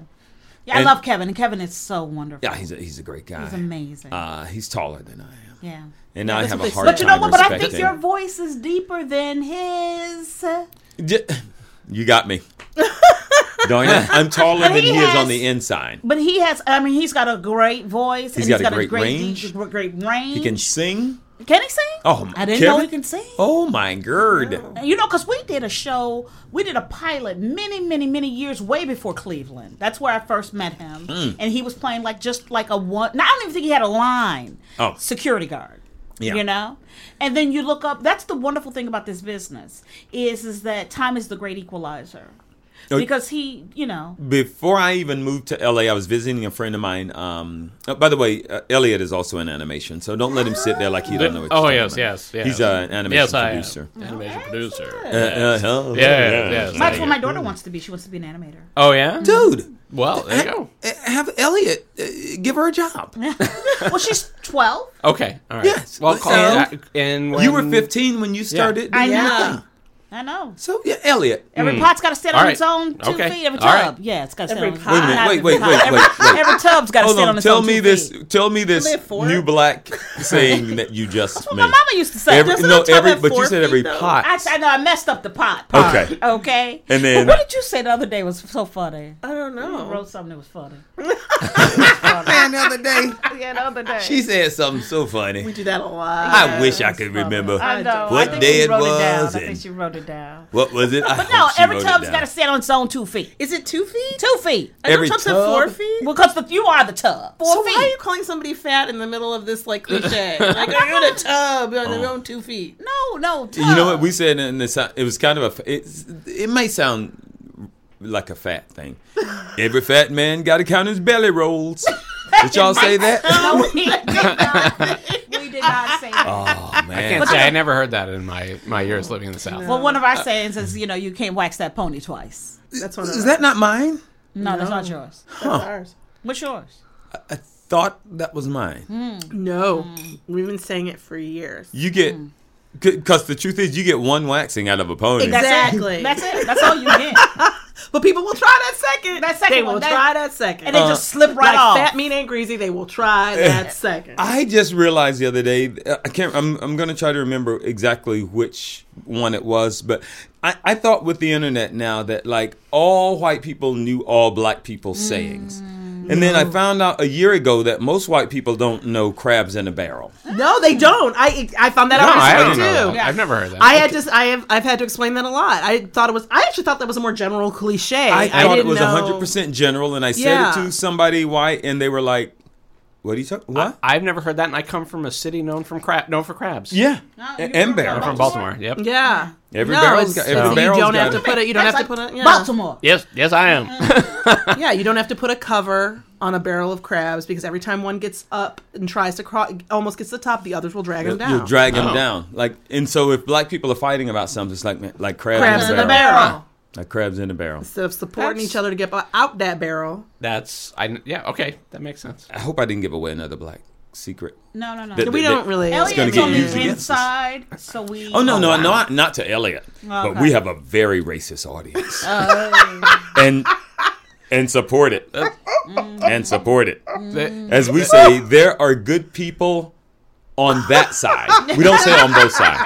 D: Yeah,
A: And-
D: I love Kevin. and Kevin is so wonderful.
A: Yeah, he's a, he's a great guy.
D: He's amazing.
A: Uh, he's taller than I am,
D: yeah.
A: and I have
E: what
A: a
E: they
A: hard
E: said.
D: But you know
A: time
D: what? But I
A: respecting.
D: think your voice is deeper than his.
A: J- you got
D: [laughs]
A: me. Darn it! I'm taller
D: And
A: than he,
D: he
A: is on
D: has-
A: the inside.
D: But he has. I mean, he's got a great voice.
A: He's
D: and
A: got
D: he's
A: a
D: got
A: great
D: a great
A: range.
D: de- great range.
A: He can sing.
D: Can he sing?
A: Oh, my-
D: I didn't know
A: Kevin?
D: he can sing.
A: Oh my god!
D: You know, because we did a show, we did a pilot many, many, many years way before Cleveland. That's where I first met him,
A: Hmm.
D: and he was playing like just like a one. Now, I don't even think he had a line.
A: Oh.
D: security guard.
A: Yeah.
D: You know, and then you look up. That's the wonderful thing about this business is is that time is the great equalizer,
A: Oh.
D: because he, you know,
A: Before I even moved to LA, I was visiting a friend of mine. Um, oh, by the way, uh, Elliot is also in animation, so don't let him sit there like he don't know. What
C: Oh,
A: you're talking
C: yes,
A: about.
C: yes, yes.
A: He's uh, an animation
C: yes, I am.
A: producer.
C: Animation producer.
A: Uh, uh, huh.
C: Yeah, yeah, yeah.
D: that's what my daughter wants to be. She wants to be an animator. [laughs]
C: Oh, yeah?
A: Dude,
C: Well, there you go.
B: Eh, Have Elliot uh,
A: eh,
B: give her a job.
D: well, she's 12.
C: Okay. All right.
B: Yes.
C: Well, call
B: So-
C: and when,
B: You were 15 when you started.
D: I
B: doing your
D: know.
B: thing.
D: I know.
B: So yeah, Elliot.
D: Every pot's got to stand
C: All
D: on
C: right.
D: its own two
C: Okay.
D: feet. Every
C: All right.
D: tub. Yeah, it's got to stand
E: Every
D: on its
E: pot. Wait a minute.
D: not
B: Wait,
D: every
B: wait,
D: pot.
B: wait,
D: every,
B: wait, wait.
D: every tub's got to
A: Hold
D: stand on
A: on,
D: its
A: tell
D: own
A: me
D: two
A: this.
D: feet.
A: Tell me this
D: Live for
A: new
D: it. [laughs]
A: black saying that you just made.
D: My mama used to say.
A: Every- [laughs]
D: doesn't
A: no,
D: a tub
A: every-
D: have
A: but you
D: four
A: said
D: feet,
A: every
D: though?
A: pot.
D: I, I know I messed up the pot. part.
A: Okay.
D: Okay.
A: And then-
D: But what did you say the other day was so funny?
E: I don't
D: I
E: know.
D: wrote something that was funny.
B: Man, the other day
E: Yeah, the other day.
B: she said something so funny.
E: do that a lot.
B: I wish I could remember.
D: I know.
B: What
D: I think
B: day
D: she
B: it
D: wrote it down.
B: was
D: I think
B: and-
D: she wrote it down.
B: What was it?
D: But no, every tub's got to stand on its own two feet.
E: Is it two feet?
D: Two feet.
E: I know
B: Every
E: Trump said four
B: tub?
E: feet.
D: Because the, you are the tub. Four
E: so
D: feet.
E: why are you calling somebody fat in the middle of this like cliche? like I'm in a tub on their own two feet.
D: No, no. Tub.
A: You know what we said in the sou- it was kind of a it's, it may sound like a fat
D: [laughs]
A: thing. Every fat man got to count his belly rolls.
D: [laughs]
A: Did y'all say that?
D: No, we did not. We did not say that.
A: Oh
C: I
A: man.
C: can't say I never heard that in my my years living in the South.
D: Well, one of
E: Uh,
D: our sayings is, you know, you can't wax that pony twice.
E: That's one of
B: Is that not mine?
D: No, that's not yours.
E: ours.
D: What's yours?
A: I thought that was mine.
E: No,
D: Mm.
E: we've been saying it for years.
A: You get because the truth is you get one waxing out of a pony.
E: Exactly.
D: That's it. That's it. That's all you
E: [laughs]
D: get.
E: But people will try that second.
D: That second
E: they
D: one,
E: will
D: that-
E: try that second.
D: And they just slip right
E: like
D: off.
E: fat, mean, and greasy. They will try that second.
A: I just realized the other day. uh, I can't. I'm. I'm going to try to remember exactly which one it was, but I, I thought with the internet now that like all white people knew all black people's sayings, and then I found out a year ago that most white people don't know crabs in a barrel.
E: no,
D: Hmm.
E: they don't. I I found that
C: no,
E: out
C: I don't
E: recently
C: know.
E: too.
C: that. I've never heard that.
E: I had to. I have. I've had to explain that a lot. I thought it was. I actually thought that was a more general cliche.
A: I, thought it
E: didn't
A: was
E: know-
A: 100 percent general, and I said
E: Yeah.
A: it to somebody white, and they were like, "What are you talking? What?
C: I've never heard that, and I come from a city known from crab, known for crabs.
A: yeah,
D: Oh,
A: A-
D: you're
A: and
D: from
A: barrel
C: I'm from
D: Baltimore?
C: Baltimore. Yep.
E: Yeah.
A: Every
E: no,
A: barrel's
E: it's-
A: got- every
E: so
A: barrow's
E: You don't
A: got
E: have to
A: it.
E: put it. You don't have
D: That's
E: to put
D: like
E: it. Yeah.
D: Baltimore.
C: Yes. Yes, I am.
E: [laughs] Yeah, you don't have to put a cover on a barrel of crabs because every time one gets up and tries to crawl, almost gets to the top, the others will drag them down.
A: You'll drag them down, like, and so if black people are fighting about something, it's like man, like crabs,
E: crabs in the barrel.
A: Like crabs in a barrel.
E: Instead of supporting
C: That's-
E: each other to get by- out that barrel.
C: That's I. Yeah. Okay, that makes sense.
A: I hope I didn't give away another black secret.
D: No, no, no.
A: That-
E: We
A: that-
E: don't really.
D: Elliot's
A: gonna get
D: on
A: used
D: the
A: against us.
D: inside, so we.
A: Oh no, no, not not to Elliot, but
D: Okay.
A: we have a very racist audience,
D: Oh.
A: [laughs] and and support it,
E: Mm.
A: and support it.
C: The-
A: As we say, there are good people on that side. We don't say on both sides.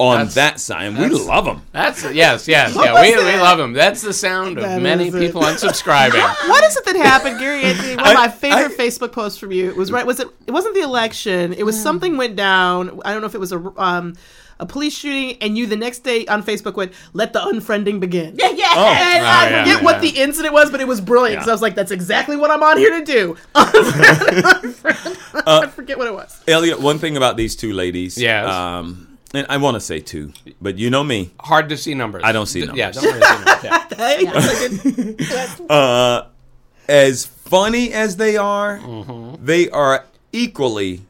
A: On that side, and we love them.
C: that's yes, yes, yeah. We, we love him. That's the sound of
E: That
C: many
E: is it.
C: people unsubscribing.
E: [laughs] What is it that happened,
A: [laughs]
E: Gary Anthony? One of
A: I-
E: my favorite
A: I-
E: Facebook posts from you was right. Was it? It wasn't the election. It was something went down. I don't know if it was a um, a police shooting, and you the next day on Facebook went, "Let the unfriending begin."
D: yeah, yeah. and I
C: yeah.
E: forget what the incident was, but it was brilliant.
A: Oh, Yeah. Uh,
E: So I was like, that's exactly what I'm on here to do. [laughs] I forget what it was.
A: Elliot, one thing about these two ladies,
C: Yes.
A: um, and I want to say two, but you know me.
C: Hard to see numbers.
A: I don't see
C: D- Yeah,
A: numbers.
C: don't really see numbers. Yeah.
A: uh, as funny as they are, they are equally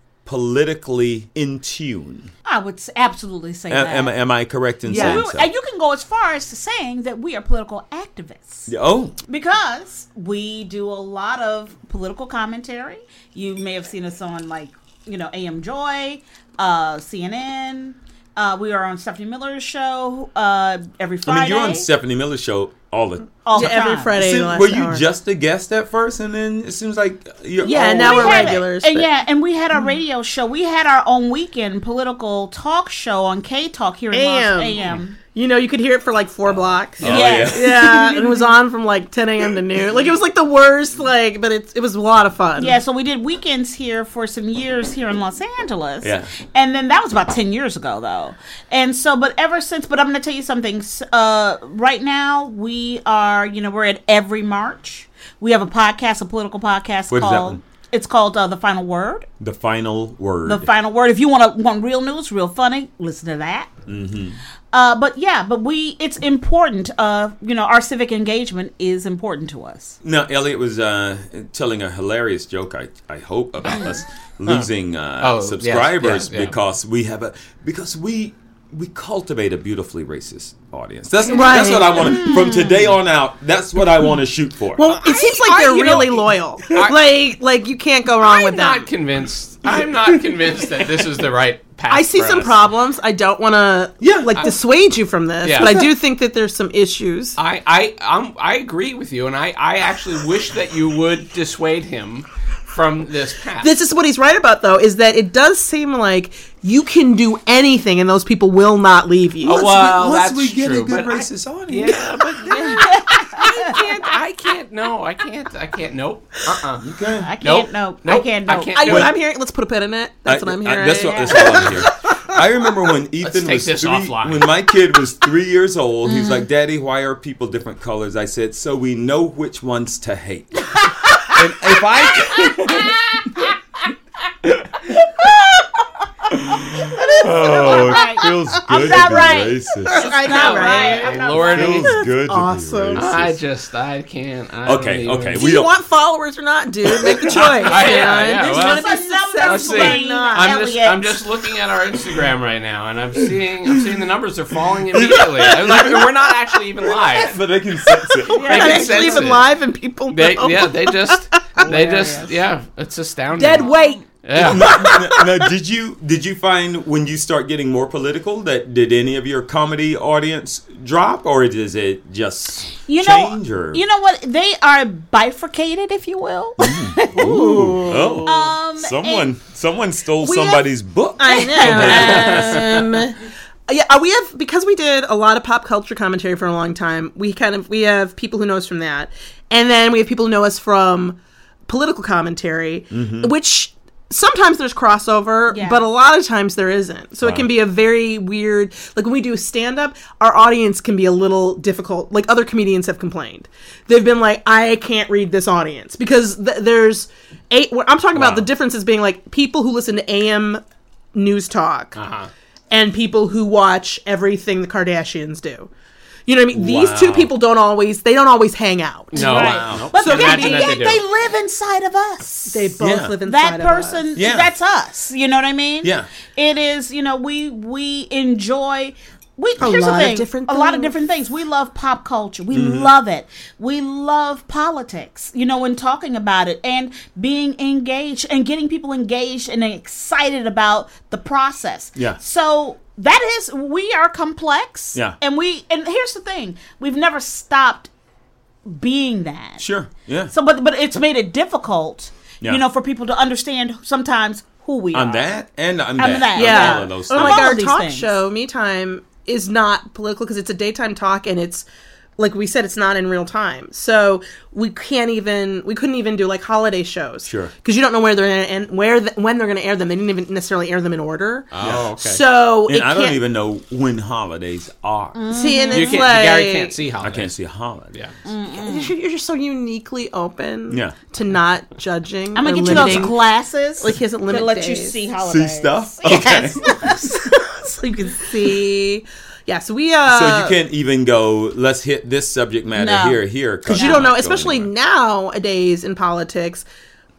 A: politically in tune.
D: I would s- absolutely say
A: A-
E: Uh,
D: that.
A: Am, am I correct in
E: Yeah.
A: saying
D: We-
A: so?
D: and you can go as far as to saying that we are political activists
A: oh,
D: because we do a lot of political commentary. You may have seen us on like you know AM Joy, uh, CNN. Uh, we are on Stephanie Miller's show uh, every
A: I
D: Friday.
A: mean, you're on Stephanie Miller's show all the.
D: all the
E: every
D: time.
E: Friday.
A: Seem-
E: last
A: were you
E: hour.
A: just a guest at first, and then it seems like you're
E: Yeah,
A: always-
E: now we're
D: had it.
E: regulars,
D: And
E: but- Mm.
D: yeah, and we had our radio show. We had our own weekend political talk show on K Talk here in
E: AM.
D: Los AM.
E: You know, you could hear it for like four blocks.
A: Oh,
D: Yes.
A: yeah.
E: yeah, and it was on from like 10 a.m. to noon. Like it was like the worst. Like, but it it was a lot of fun.
D: Yeah, so we did weekends here for some years here in Los Angeles.
A: Yeah.
D: And then that was about 10 years ago, though. And so, but ever since, but I'm going to tell you something. S- Uh, right now, we are, you know, we're at every March. We have a podcast, a political podcast
A: What is that
D: called.
A: one?
D: It's called uh, The Final Word.
A: The final word.
D: The Final Word. If you want to want real news, real funny, listen to that.
A: Mm-hmm.
D: Uh, but yeah, but we it's important. Uh, you know, our civic engagement is important to us.
A: Now, Elliot was uh, telling a hilarious joke. I, I hope about us losing uh,
C: Oh, yes,
A: subscribers
C: yes, yeah.
A: because we have a because we we cultivate a beautifully racist audience. That's that's
E: Right.
A: what I want to from today on out. That's what I want to shoot for.
E: Well, it seems like
C: I-
E: they're
C: you know-
E: really
C: [laughs]
E: loyal. like, like you can't go wrong with
C: I'm
E: them.
C: not convinced. I'm not convinced that this is the right path.
E: I see
C: for
E: some
C: us.
E: problems. I don't want to
A: Yeah,
E: like
A: I-
E: dissuade you from this,
C: Yeah.
E: but I do think that there's some issues.
C: I I I'm, I agree with you, and I I actually wish that you would dissuade him from this path.
E: this is what he's right about though is that it does seem like you can do anything and those people will not leave you.
C: Oh, well, that's
A: we get
C: true,
A: a good
C: but I-
A: racist audience.
C: yeah, but yeah. I can't. I can't. No, I can't. I can't. Nope. Uh. uh
D: I can't.
C: Nope.
D: Nope.
C: Nope.
D: I can't.
C: I
D: Nope.
C: can't
E: I,
C: do
E: what
C: it.
E: I'm hearing, let's put a pin in it. That's what I'm hearing.
A: that's, what, that's what I'm
C: [laughs]
A: hearing. I remember when Ethan
C: take
A: was
C: this
A: three,
C: offline. Mm.
A: when my kid was three years old. He's like, "Daddy, why are people different colors?" I said, "So we know which ones to hate." and if
C: [laughs]
A: I oh,
D: right.
A: feels good
D: I'm not right.
A: racist.
E: I know, right?
D: I'm not-
C: Lordy,
A: good
E: awesome.
C: I just I can't. I
A: Okay,
C: don't even-
A: okay.
E: Do you
A: don't-
E: want followers or not, dude?
C: [laughs]
E: Make the choice.
C: yeah,
E: man.
C: yeah,
E: There's
C: well-
E: gonna be
D: That's a numbers
E: successful or
C: game.
E: not.
C: I'm just,
D: Elliot.
C: I'm just looking at our Instagram right now, and I'm seeing I'm seeing the numbers are falling immediately. I'm like, we're not actually even live.
A: But I can sense it.
E: We're
C: They
E: not
C: can
E: actually
C: sense
E: even
C: it.
E: live and people know. [laughs]
C: They, yeah, they just they just yeah, it's astounding.
E: Dead weight.
C: Yeah.
E: [laughs]
A: now, now, did you did you find when you start getting more political that did any of your comedy audience drop, or does it just
D: You know,
A: change? or
D: you know what? They are bifurcated, if you will.
A: oh,
D: Um,
A: someone
D: and-
A: someone stole
D: have-
A: somebody's book. [laughs]
E: I know. um, yeah, uh, we have because we did a lot of pop culture commentary for a long time. We kind of we have people who know us from that, and then we have people who know us from political commentary,
C: Mm-hmm.
E: which sometimes there's crossover,
D: Yeah.
E: but a lot of times there isn't. So it can be a very weird. Like when we do stand up, our audience can be a little difficult. Like other comedians have complained, they've been like, "I can't read this audience" because th- there's eight. I'm talking about the differences being like people who listen to AM news talk
C: Uh-huh.
E: and people who watch everything the Kardashians do. You know what I mean? These two people don't always they don't always hang out.
C: No,
D: Right.
C: Nope.
D: But
E: So
D: yet,
E: imagine
D: yet
C: that
D: they,
C: they do.
D: live inside of us.
E: They both
A: Yeah.
E: live inside
D: that
E: of us.
D: person,
A: Yeah.
D: that's us. You know what I mean?
A: Yeah.
D: It is. You know, we we enjoy. We,
E: A
D: here's
E: lot
D: the
E: of
D: thing.
E: different
D: a lot of
E: things. Mm-hmm.
D: different things. We love pop culture. We love it. We love politics. You know, when talking about it and being engaged and getting people engaged and excited about the process.
A: Yeah.
D: So that is we are complex.
A: Yeah.
D: And we and here's the thing. We've never stopped being that.
A: Sure, yeah.
D: So, but but it's made it difficult,
A: Yeah.
D: you know, for people to understand sometimes who we
A: I'm
D: are.
A: that, and I'm,
D: I'm
A: that.
D: that.
A: I'm
E: Yeah.
A: all of those
E: oh
A: things.
E: my
D: All
E: god,
D: of
E: our
D: these
E: talk
D: things.
E: show Me Time is not political because it's a daytime talk and it's like we said it's not in real time. So we can't even we couldn't even do like holiday shows.
A: Sure.
E: Because you don't know where they're gonna and where the, when they're gonna air them. They didn't even necessarily air them in order.
C: Oh, okay.
E: So
A: Ah, And
E: it
A: I don't
E: can't-
A: even know when holidays are.
E: see and
C: you
E: it's
C: can't,
E: like
C: Gary can't see
D: Mm.
C: how
A: I can't see a holiday.
C: Yeah.
E: You're [laughs] you're just so uniquely open
A: Yeah.
E: to not judging.
D: I'm
E: or
D: gonna get you
E: limiting.
D: those glasses.
E: Like he doesn't limit
D: to let you
E: days.
D: see
A: See
D: holidays.
A: stuff? Okay.
E: [laughs]
D: [laughs]
E: so you can see. Yeah, so we uh
A: So you can't even go. Let's hit this subject matter
D: No.
A: here, here, because
E: you don't know, especially nowadays in politics.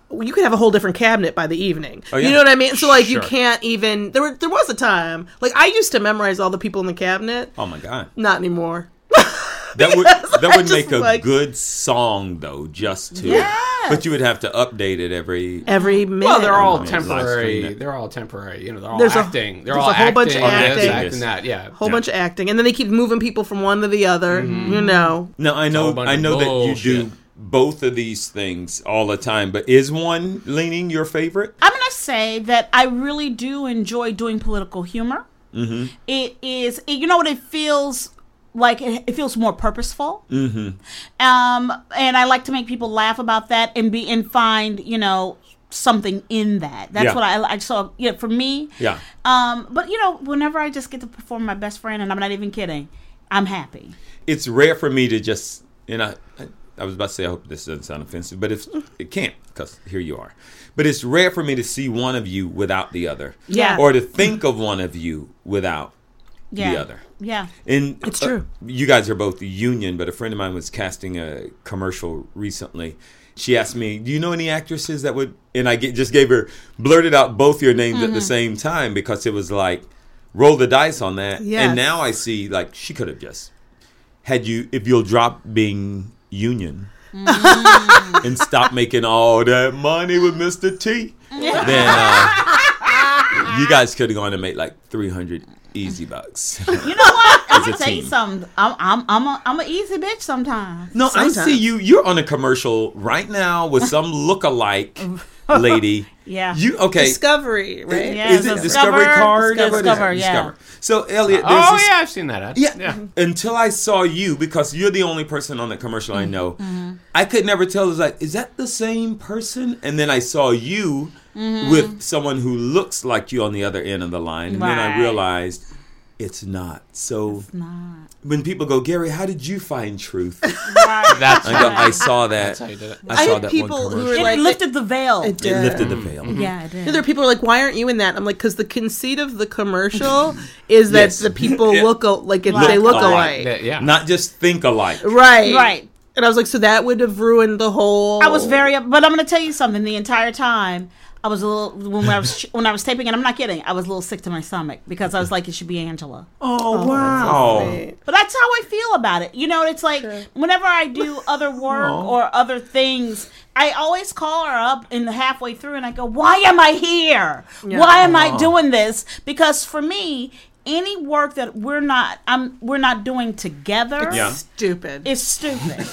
E: You could have a whole different cabinet by the evening.
A: yeah.
E: You know what I mean? So like you
A: Sure.
E: can't even there were there was a time. Like I used to memorize all the people in the cabinet.
A: Oh my
E: [laughs]
A: god,
E: Not anymore.
A: that would that would
E: just
A: make a
E: like-
A: good song though, just to. But you would have to update it every.
E: Every minute.
C: Well, they're all
A: Yeah. Live
C: temporary.
A: stream.
C: They're all temporary. You know, they're all
E: There's a-
C: acting. they're
E: there's
C: all
E: a whole bunch of
C: acting this,
A: acting.
C: acting that. Yeah.
E: whole bunch of acting. And then they keep moving people from one to the other. You know.
A: Now I
C: whole
A: know
C: bunch
A: I
C: of
A: know that you do
C: bullshit.
A: both of these things all the time, but is one leaning your favorite?
D: I'm gonna say that I really do enjoy doing political humor.
A: Mm-hmm.
D: It is, it, you know, what it feels like. It, it feels more purposeful. Mm-hmm. Um, and I like to make people laugh about that and be and find you know something in that. That's
A: Yeah.
D: what I, I saw. Yeah, for me.
A: Yeah.
D: Um, but you know, whenever I just get to perform my best friend, and I'm not even kidding, I'm happy.
A: It's rare for me to just and I. I I was about to say I hope this doesn't sound offensive, but if it can't, because here you are. But it's rare for me to see one of you without the other,
D: Yeah.
A: or to think of one of you without
D: Yeah.
A: the other.
D: Yeah.
A: And
E: It's
A: uh,
E: true.
A: you guys are both union, but a friend of mine was casting a commercial recently. She asked me, "Do you know any actresses that
E: Mm-hmm.
A: would?" And I get, just gave her blurted out both your names at the same time because it was like, roll the dice on that.
E: Yes.
A: And now I see like she could have just had you if you'll drop being union [laughs]
E: Mm.
A: and stop making all that money with Mr. T, then uh,
E: [laughs]
A: you guys could have gone and made like three hundred easy bucks.
D: You
A: [laughs]
D: know what? I'm
A: As a
D: gonna tell you
A: team.
D: something. I'm I'm I'm a, I'm an easy bitch sometimes.
A: No, I see
E: Sometimes.
A: you. You're on a commercial right now with some look-alike lady.
D: Yeah.
A: You okay?
E: Discovery, right?
D: Yeah.
A: is it Discovery
D: Discover-
A: Card? What is it?
D: Discover, yeah.
A: So Elliot, there's
C: Oh
A: this-
C: yeah, I've seen that. Ad.
A: yeah.
E: [laughs]
A: Until I saw you, because you're the only person on the commercial I know. I could never tell. Is like, is that the same person? And then I saw you with someone who looks like you on the other end of the line, and then I
D: Right.
A: realized it's not. So
D: Not
A: when people go, Gary, how did you find truth? [laughs]
D: right.
C: That's
A: I go, I saw that.
C: That's how you did it.
A: I saw
E: had
A: that
E: people
A: one
E: who
A: commercial.
E: were
D: it
E: like-
D: lifted the veil.
E: It
A: It
E: did.
A: lifted the veil.
D: Yeah, it did.
E: There are people who are like, why aren't you in that? I'm like, because the conceit of the commercial is that
A: Yes.
E: the people
A: Yeah.
E: look al- like if
D: Look
E: they look
A: alike.
E: alike,
C: Yeah, yeah.
A: Not just think alike.
E: right?
D: Right.
E: And I was like, so that would have ruined the whole.
D: I was very, but I'm gonna tell you something. The entire time, I was a little when I was when I was taping, and I'm not kidding. I was a little sick to my stomach because I was like, it should be Angela.
A: Oh, wow.
D: But that's how I feel about it. You know, it's like whenever I [laughs] do other work or other things, I always call her up in the halfway through and I go, Why am I here? Why am I doing this? Because for me, any work that we're not I'm we're not doing together
A: Yeah.
E: stupid.
D: is stupid.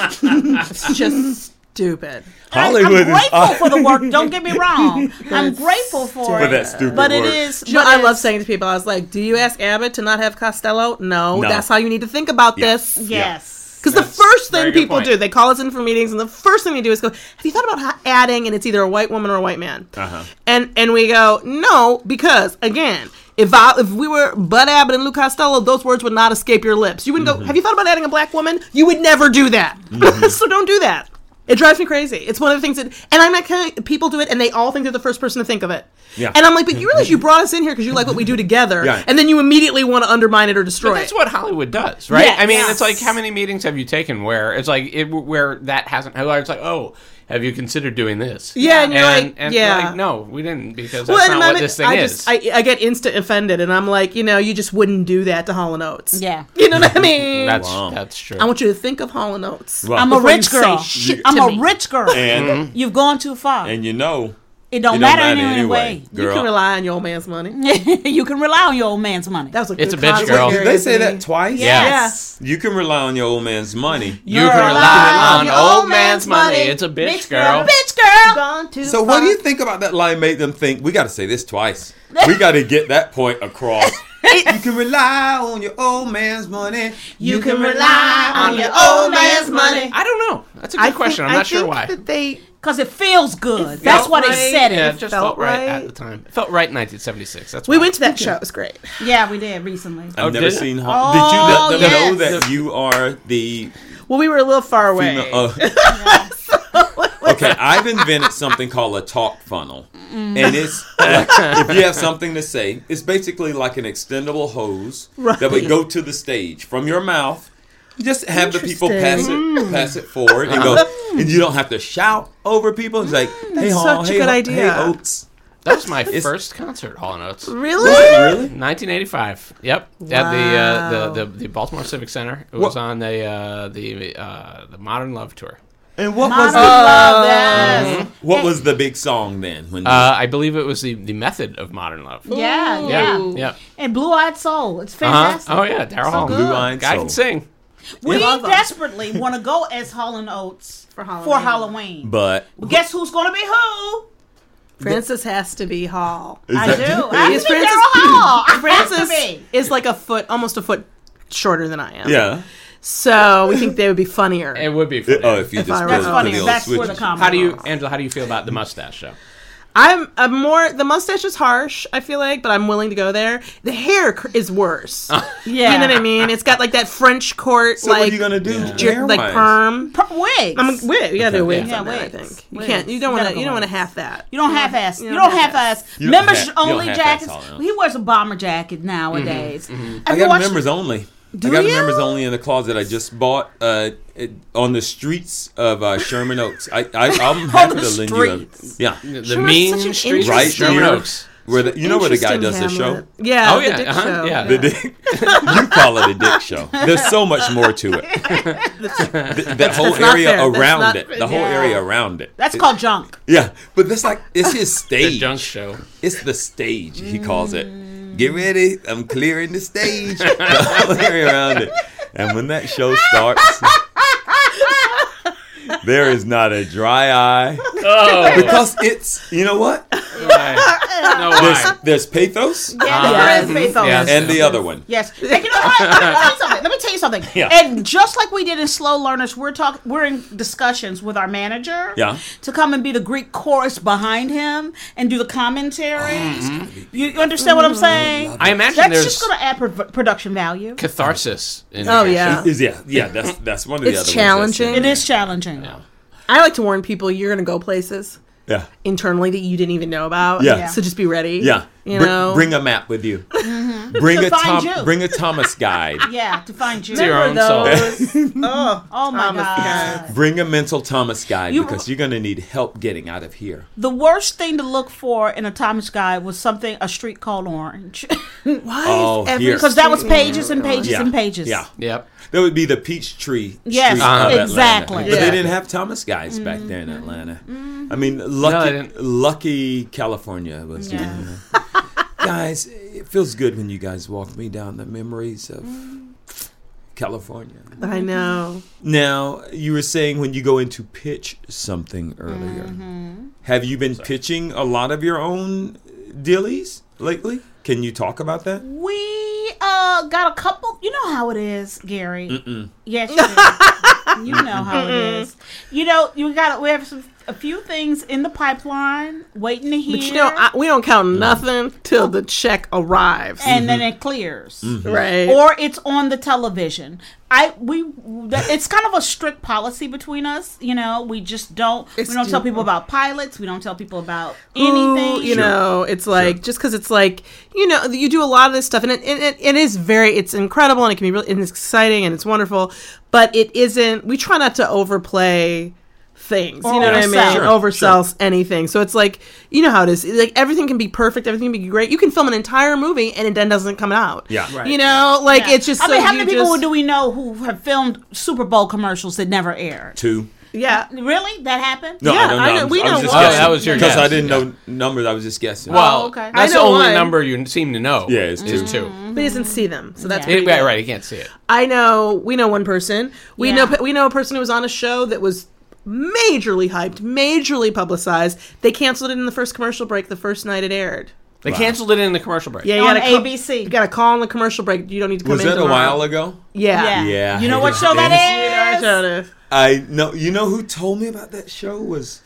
E: It's just stupid.
A: Hollywood
D: I'm
A: is-
D: grateful
A: [laughs]
D: for the
E: [laughs]
D: work, don't get me wrong. I'm grateful for
A: For
D: it.
A: that stupid
D: but it
A: word.
D: is
E: You know,
D: but
E: I
D: it's-
E: love saying to people, I was like, do you ask Abbott to not have Costello? No,
A: No.
E: that's how you need to think about
A: Yeah.
E: this.
D: Yes.
E: Because the
C: That's
E: first
C: very
E: thing
C: good
E: people
C: point.
E: do, they call us in for meetings, and the first thing they do is go, "Have you thought about ho- adding?" And it's either a white woman or a white man.
A: Uh-huh.
E: And and we go, "No," because again, if I, if we were Bud Abbott and Lou Costello, those words would not escape your lips. You
C: Mm-hmm.
E: wouldn't go, "Have you thought about adding a black woman?" You would never do that. [laughs] so don't do that. It drives me crazy. It's one of the things that, and I'm not kind of, people do it, and they all think they're the first person to think of it.
A: Yeah.
E: And I'm like, but you realize
C: Mm-hmm.
E: you brought us in here because you like what we do together,
A: Yeah.
E: and then you immediately want to undermine it or destroy
C: But that's
E: it.
C: what Hollywood does, right?
E: Yes.
C: I mean,
E: Yes.
C: it's like how many meetings have you taken where it's like it, where that hasn't? Where it's like, oh, have you considered doing this?
E: Yeah, and you're like,
C: and
E: yeah.
C: like, no, we didn't because that's
E: Well, in
C: not
E: a
C: what
E: moment,
C: this thing
E: I
C: is.
E: just I, I get instant offended, and I'm like, you know, you just wouldn't do that to Hall and Oates.
D: Yeah.
E: you know what
C: [laughs]
E: I mean.
C: that's
A: Wow.
C: that's true.
E: I want you to think of Hall and Oates.
A: Well,
D: I'm a
E: Before you
D: rich
E: say
D: girl.
E: shit
D: I'm
E: to
D: a
E: me.
D: rich girl.
C: Mm-hmm.
A: and
D: [laughs] You've gone too far.
A: and you know
D: it don't
A: it
D: matter,
A: don't matter
D: anyway.
A: anyway,
E: You
A: girl.
E: can rely on your old man's money.
D: [laughs] you can rely on your old man's money.
E: That was a
C: It's
E: good
C: a bitch
E: concept,
C: girl.
E: Gary,
A: Did they say
E: isn't
A: that
E: he?
A: twice?
E: Yeah.
D: Yes.
A: You can rely on your old man's money.
C: you
D: You're
C: can rely
D: alive
C: on
D: on
C: old man's money. It's a bitch, girl.
D: [laughs] Bitch
E: [laughs]
D: girl.
E: Gone too
A: So what do
E: far.
A: you think about that line made them think we got to say this twice. We got to get that point across. you can rely on your old man's money.
D: You can rely on your old man's money.
C: I don't know. That's a good
E: I think-
C: question. I'm
E: I
C: not sure
E: think
C: why.
E: That they
D: Because it feels good.
E: It
D: That's
E: felt
D: what it
E: right.
D: said.
C: yeah, it
D: It.
C: just
E: felt
C: felt right,
E: right.
C: at the time. It felt right in 1976. That's
E: we
C: why.
E: went to that show. It was great.
D: Yeah, we did recently.
A: I've
C: Oh,
A: never
C: did it?
A: seen. Ho-
D: Oh,
A: did you let them
D: yes.
A: know that you are the
E: Well, we were a little far away.
A: female?
E: [laughs]
A: uh, okay, I've invented something called a talk funnel,
E: Mm.
A: and it's like, if you have something to say, it's basically like an extendable hose that would
E: Right.
A: go to the stage from your mouth. Just have the people pass it, pass it forward, and
E: Uh-huh.
A: go, and you don't have to shout over people. It's like, hey, Hall,
E: such a
A: hey,
E: good
A: Ho-
E: idea.
A: hey, Oates.
C: That was my first concert, Hall and Oates.
E: Really?
A: Really?
C: 1985. Yep. At the, uh, the the the Baltimore Civic Center. It was
A: What-
C: on the uh, the uh, the Modern Love tour.
A: And what
D: Modern
A: was the,
E: Oh.
D: love. Yes.
A: what was the big song then? When
C: Uh, I believe it was the, the method of Modern Love.
D: Yeah,
C: Yeah.
D: yeah.
C: Yeah.
D: And Blue Eyed Soul. It's
C: Uh-huh.
D: fantastic.
C: Oh yeah, Daryl Hall.
A: good. Blue Eyed
C: Guy
A: Soul.
C: can sing.
D: We
E: Love 'em.
D: desperately want to go as Hall and Oates for
E: Halloween.
D: For Halloween.
A: but
D: But guess who's going to be who?
E: Francis has to be Hall.
D: I [laughs] do. I
E: Is
D: have to be Daryl
E: Francis-
D: Hall. [laughs] I have
E: Francis
D: to be.
E: is like a foot, almost a foot shorter than I am.
A: yeah,
E: So we think they would be funnier.
C: It would be
A: It-
C: funny.
A: oh, if you just
E: I were-
A: go
E: That's
A: to
E: funny.
A: the old
D: That's where the
A: switches.
D: comedy-
C: How do you, Angela? How do you feel about the mustache show?
E: I'm, I'm more the mustache is harsh. I feel like, but I'm willing to go there. The hair cr- is worse.
D: Yeah.
E: You know what I mean? It's got like that French court
A: So
E: like
A: what are you gonna do?
E: jer- like
A: hair-wise?
E: perm.
D: Per- wigs.
E: I'm a wig. You gotta do wigs.
D: Yeah,
E: on that, I
D: wigs.
E: think you
D: Wigs.
E: can't. You don't
D: You
E: want
D: gotta
E: to.
D: go
E: You don't want to
D: wigs.
E: half that.
D: You don't half ass. You
E: you
D: don't
E: don't
D: half ass.
A: You don't
D: Members
A: half- you don't
D: only
A: half-ass
D: jackets.
A: all in.
D: He wears a bomber jacket nowadays. Have
A: Mm-hmm. I
D: you
A: got
D: watched-
A: members only.
D: Do
A: I got
D: you?
A: members only in the closet I just bought uh, it- on the streets of uh, Sherman Oaks. I, I, I'm happy
D: the
A: to lend you. A,
D: streets.
A: yeah,
C: The
E: Sure, it's
C: mean
E: such an
C: street
A: interesting-
C: Sherman
A: Right here.
C: Oaks.
A: Where the, you know where the guy does the show?
E: Hamlet. Yeah.
C: Oh,
E: The
C: yeah,
E: dick
C: uh-huh,
E: show.
C: yeah.
A: The dick. [laughs] you call it a dick show. There's so much more to it. Th- that whole
E: not
A: area
E: fair. That's
A: around
E: not-
A: it. The whole area around it.
D: That's called
A: [laughs]
D: junk.
A: Yeah, but that's like it's his
C: The
A: stage.
C: junk show.
A: It's the stage, he calls it. Get ready, I'm clearing the stage. The whole area around it. And when that show starts, there is not a dry eye.
C: Oh,
A: Because it's, you know what?
C: right. no,
A: There's,
C: why?
A: there's pathos
D: Yeah,
E: Mhm.
D: there is faith on
C: Yeah.
D: it.
A: and the other one. [laughs]
D: Yes. And you know what? Let me tell you something. Let me tell you something.
A: Yeah.
D: And just like we did in Slow Learners, we're talk we're in discussions with our manager
A: Yeah.
D: to come and be the Greek chorus behind him and do the commentaries.
A: Mm-hmm.
D: You, you understand what I'm saying?
C: I imagine
D: That's
C: there's
D: just going to add pro- production value.
C: catharsis. In
E: Oh
C: that
E: yeah.
A: Is yeah, yeah, that's that's one of the
E: It's
A: other ones that's
E: challenging.
A: in
D: It is challenging.
E: I like to warn people you're gonna go places
A: there. Yeah.
E: internally that you didn't even know about.
A: Yeah.
E: So just be ready.
A: Yeah.
E: You
A: Br-
E: know.
A: Bring a map with you. Bring a
D: find
A: Tom,
D: you.
A: bring a Thomas guide.
D: Yeah, to find you.
C: It's your own soul.
D: Oh my God.
A: Bring a mental Thomas guide
D: You-
A: because you're gonna need help getting out of here.
D: The worst thing to look for in a Thomas guide was something, a street called Orange. [laughs]
E: Why
A: Oh,
E: is every
A: here.
D: Because that was
E: street-
D: pages and pages
A: Yeah.
D: and pages.
A: Yeah.
C: Yep.
A: That would be the Peachtree
D: Yes,
A: Street of Atlanta.
D: exactly. Mm-hmm.
A: But they
E: Yeah.
A: didn't have Thomas guys back there in Atlanta. I mean,
C: they
A: lucky,
C: didn't.
A: lucky California was.
D: Yeah.
A: you
D: [laughs]
A: know. guys, it feels good when you guys walk me down the memories of
D: Mm-hmm.
A: California.
E: I know.
A: Now, you were saying when you go into pitch something earlier,
D: Mm-hmm.
A: have you been pitching a lot of your own dealies lately? Can you talk about that?
D: We uh got a couple. You know how it is, Gary.
A: [laughs]
D: Yes, you, do. You know how it is. You know you got. We have some, a few things in the pipeline waiting to hear.
E: But you know, I, we don't count nothing till the check arrives.
D: Oh. and then
A: Mm-hmm.
D: it clears.
E: Right.
D: Or it's on the television. I we that- it's kind of a strict policy between us. You know, we just don't
E: It's
D: we don't tell
E: doable.
D: people about pilots. We don't tell people about
E: Ooh,
D: anything.
E: you know it's like just because it's like you know you do a lot of this stuff and it, it, it- it is very it's incredible and it can be really and it's exciting and it's wonderful but it isn't we try not to overplay things you know what i mean
D: oversell. Sure,
E: oversells anything so it's like you know how it is like everything can be perfect everything can be great you can film an entire movie and it then doesn't come out
A: Yeah. Right.
E: you know like
D: Yeah.
E: it's just
D: I mean,
E: so
D: how
E: you
D: many people
E: just-
D: do we know who have filmed Super Bowl commercials that never aired?
A: Two.
D: Mm-hmm.
E: yeah
D: Really, that happened?
A: No,
E: Yeah,
A: I don't know.
E: I know-
A: I'm-
E: we
A: I was
E: know
A: just
E: one.
A: guessing.
C: Oh, that was your
A: Because I
C: guess.
A: didn't
C: Yeah.
A: know numbers. I was just guessing.
C: Well,
E: okay. I
C: that's the
E: know
C: only
E: one.
C: number you seem to know.
A: Yeah, it's
C: is
A: two.
C: two.
E: but he doesn't see them so that's
D: Yeah.
E: pretty
C: It- right,
E: good.
C: right. You can't see it.
E: I know we know one person. We
D: Yeah.
E: know we know a person who was on a show that was majorly hyped, majorly publicized. They canceled it in the first commercial break the first night it aired.
C: They canceled it in the commercial break.
E: Yeah,
D: On
E: gotta call-
D: ABC.
E: you got to call on the commercial break. You don't need to come
A: was
E: in.
A: that a
E: tomorrow.
A: while ago?
E: Yeah.
D: Yeah.
A: Yeah,
D: You
A: I
D: know what
A: did.
D: show
E: Yeah, I
D: that
E: showed
D: is?
E: it.
A: I know. You know who told me about that show was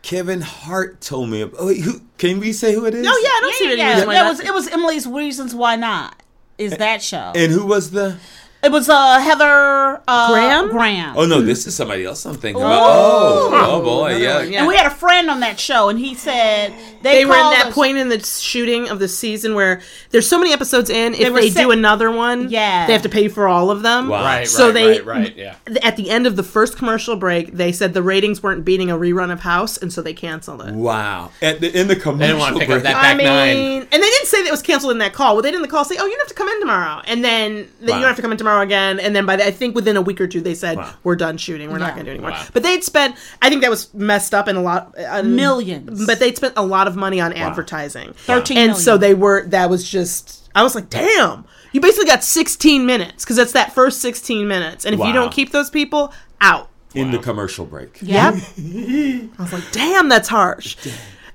A: Kevin Hart. Told me. About, oh, wait, who can we say who it is?
E: No, yeah, I don't see
D: Oh, Yeah,
E: any
D: yeah,
E: reason
D: yeah.
E: why
D: That
E: not.
D: was it was Emily's Reasons Why Not. Is that show?
A: And who was the?
D: It was uh, Heather uh,
E: Graham?
D: Graham.
A: Oh no, this is somebody else. I'm thinking about. Oh, oh boy, yeah.
E: one, yeah.
D: And we had a friend on that show, and he said they,
E: they were in
D: called
E: that
D: us-
E: point in the shooting of the season where there's so many episodes in. If they,
D: were sick.
E: do another one,
D: Yeah.
E: they have to pay for all of them.
A: Wow.
C: Right,
E: So
C: right,
E: they-
C: right, right,
E: [laughs]
C: yeah.
E: Th- At the end of the first commercial break, they said the ratings weren't beating a rerun of House, and so they canceled it.
A: Wow. At the, in the commercial
C: wanna pick up
A: break.
C: that
E: I
C: back
E: mean,
C: nine.
E: and they didn't say that it was canceled in that call. Well, they did in the call say, "Oh, you don't have to come in tomorrow," and then that
A: Wow.
E: you don't have to come in tomorrow again. And then by the, I think within a week or two, they said,
A: Wow.
E: "We're done shooting. We're
D: Yeah.
E: not going to do anymore."
C: Wow.
E: But they'd spent. I think that was messed up in a lot. A
D: Millions.
E: But they'd spent a lot of money on advertising.
D: 13
E: And so
D: million.
E: they were. That was just. I was like, "Damn." You basically got 16 minutes because that's that first 16 minutes, and if
A: Wow.
E: you don't keep those people out,
A: in the commercial break.
E: [laughs] Yep. I was like, damn, that's harsh.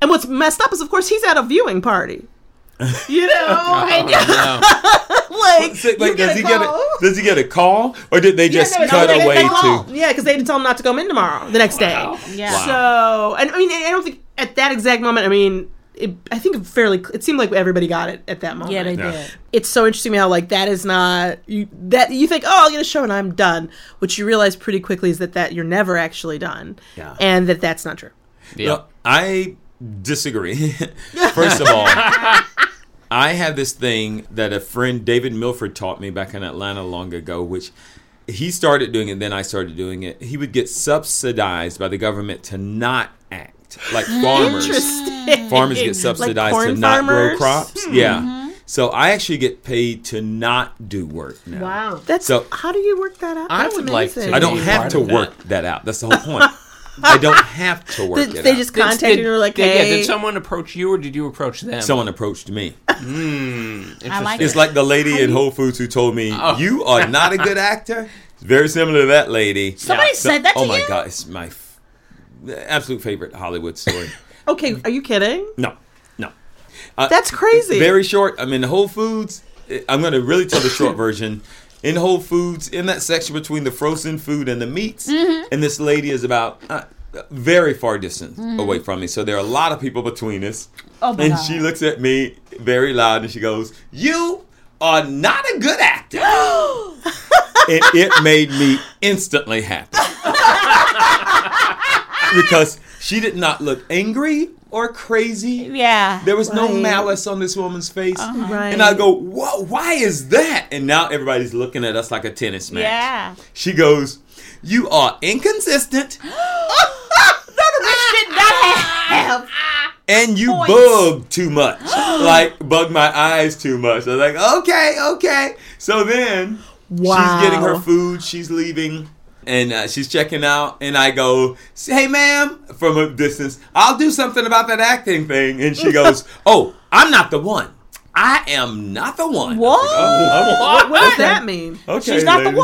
E: And what's messed up is, of course, he's at a
A: [laughs]
E: viewing party. You
D: [laughs]
E: know,
D: Oh,
E: and you're
C: No.
E: [laughs] like,
A: So, like,
E: you
A: does
E: get
A: he
E: a
A: get
E: call.
A: a does he get a call or did they just
E: Yeah, no,
A: cut
E: no, they-
A: away
E: they call.
A: to?
E: Yeah, because they didn't tell him not to come in tomorrow, the next day.
D: Yeah.
E: So, and I mean, I don't think at that exact moment. I mean, it, I think fairly. It seemed like everybody got it at that moment.
D: Yeah, they
A: Yeah.
D: did.
E: it's so interesting how like that is not you that you think oh I'll get a show and I'm done, which you realize pretty quickly is that that you're never actually done,
A: Yeah.
E: and that that's not true.
C: Yeah.
A: No, I disagree. [laughs] First of all, I have this thing that a friend David Milford taught me back in Atlanta long ago, which he started doing it, then I started doing it. He would get subsidized by the government to not act. act like farmers.
E: Hmm. Interesting.
A: Farmers get subsidized
E: corn
A: to not grow
E: farmers? Hmm. Mm-hmm.
A: crops. Yeah. So I actually get paid to not do work now.
F: Wow.
E: That's
A: So-
E: how do you work that out?
C: I
E: That's
C: would like to-
E: amazing.
A: I don't
C: Be
A: have
C: part
A: to
C: of that.
A: work that. out. That's the whole point. I don't have to work
E: Did
A: it
E: [laughs] they
A: out.
E: just contacted you or like,
C: did, yeah,
E: hey,
C: did someone approach you or did you approach them?
A: Someone approached me.
D: I like
A: It's
D: it.
A: like the lady at Whole Foods who told me,
D: Oh.
A: "You are not a good actor." It's very similar to that lady.
D: Somebody
A: So-
D: said that to
A: oh my
D: you?
A: god, it's my f- absolute favorite Hollywood story.
E: okay, are you kidding?
A: no, no, Uh,
E: That's crazy.
A: very short. I'm in Whole Foods. eh, I'm going to really tell the
D: [laughs]
A: short version. In Whole Foods, in that section between the frozen food and the meats,
D: Mm-hmm.
A: and this lady is about uh, very far distance away from me. So there are a lot of people between us.
D: Mm-hmm. Oh my
A: and
D: God.
A: she looks at me very loud and she goes, You are not a good actor.
D: [gasps]
A: and it made me instantly
D: [laughs]
A: happy. because she did not look angry or crazy.
D: yeah.
A: There was no
E: Right. Uh-huh.
A: malice on this woman's face.
E: Right.
A: And I go, Whoa, why is that? And now everybody's looking at us like a tennis match.
D: yeah.
A: She goes, You are inconsistent [laughs]
D: Should not have.
A: and you
D: Points.
A: bug too much. [gasps] like, bug my eyes too much. I was like, Okay, okay. So then
E: Wow.
A: she's getting her food, she's leaving. And uh, she's checking out, and I go, "Hey, ma'am," from a distance. I'll do something about that acting thing. And
D: [laughs]
A: she goes, "Oh, I'm not the one. I am not the one." Oh,
D: [laughs] What?
E: What, what does that mean?
A: Okay,
D: She's not the
A: lady.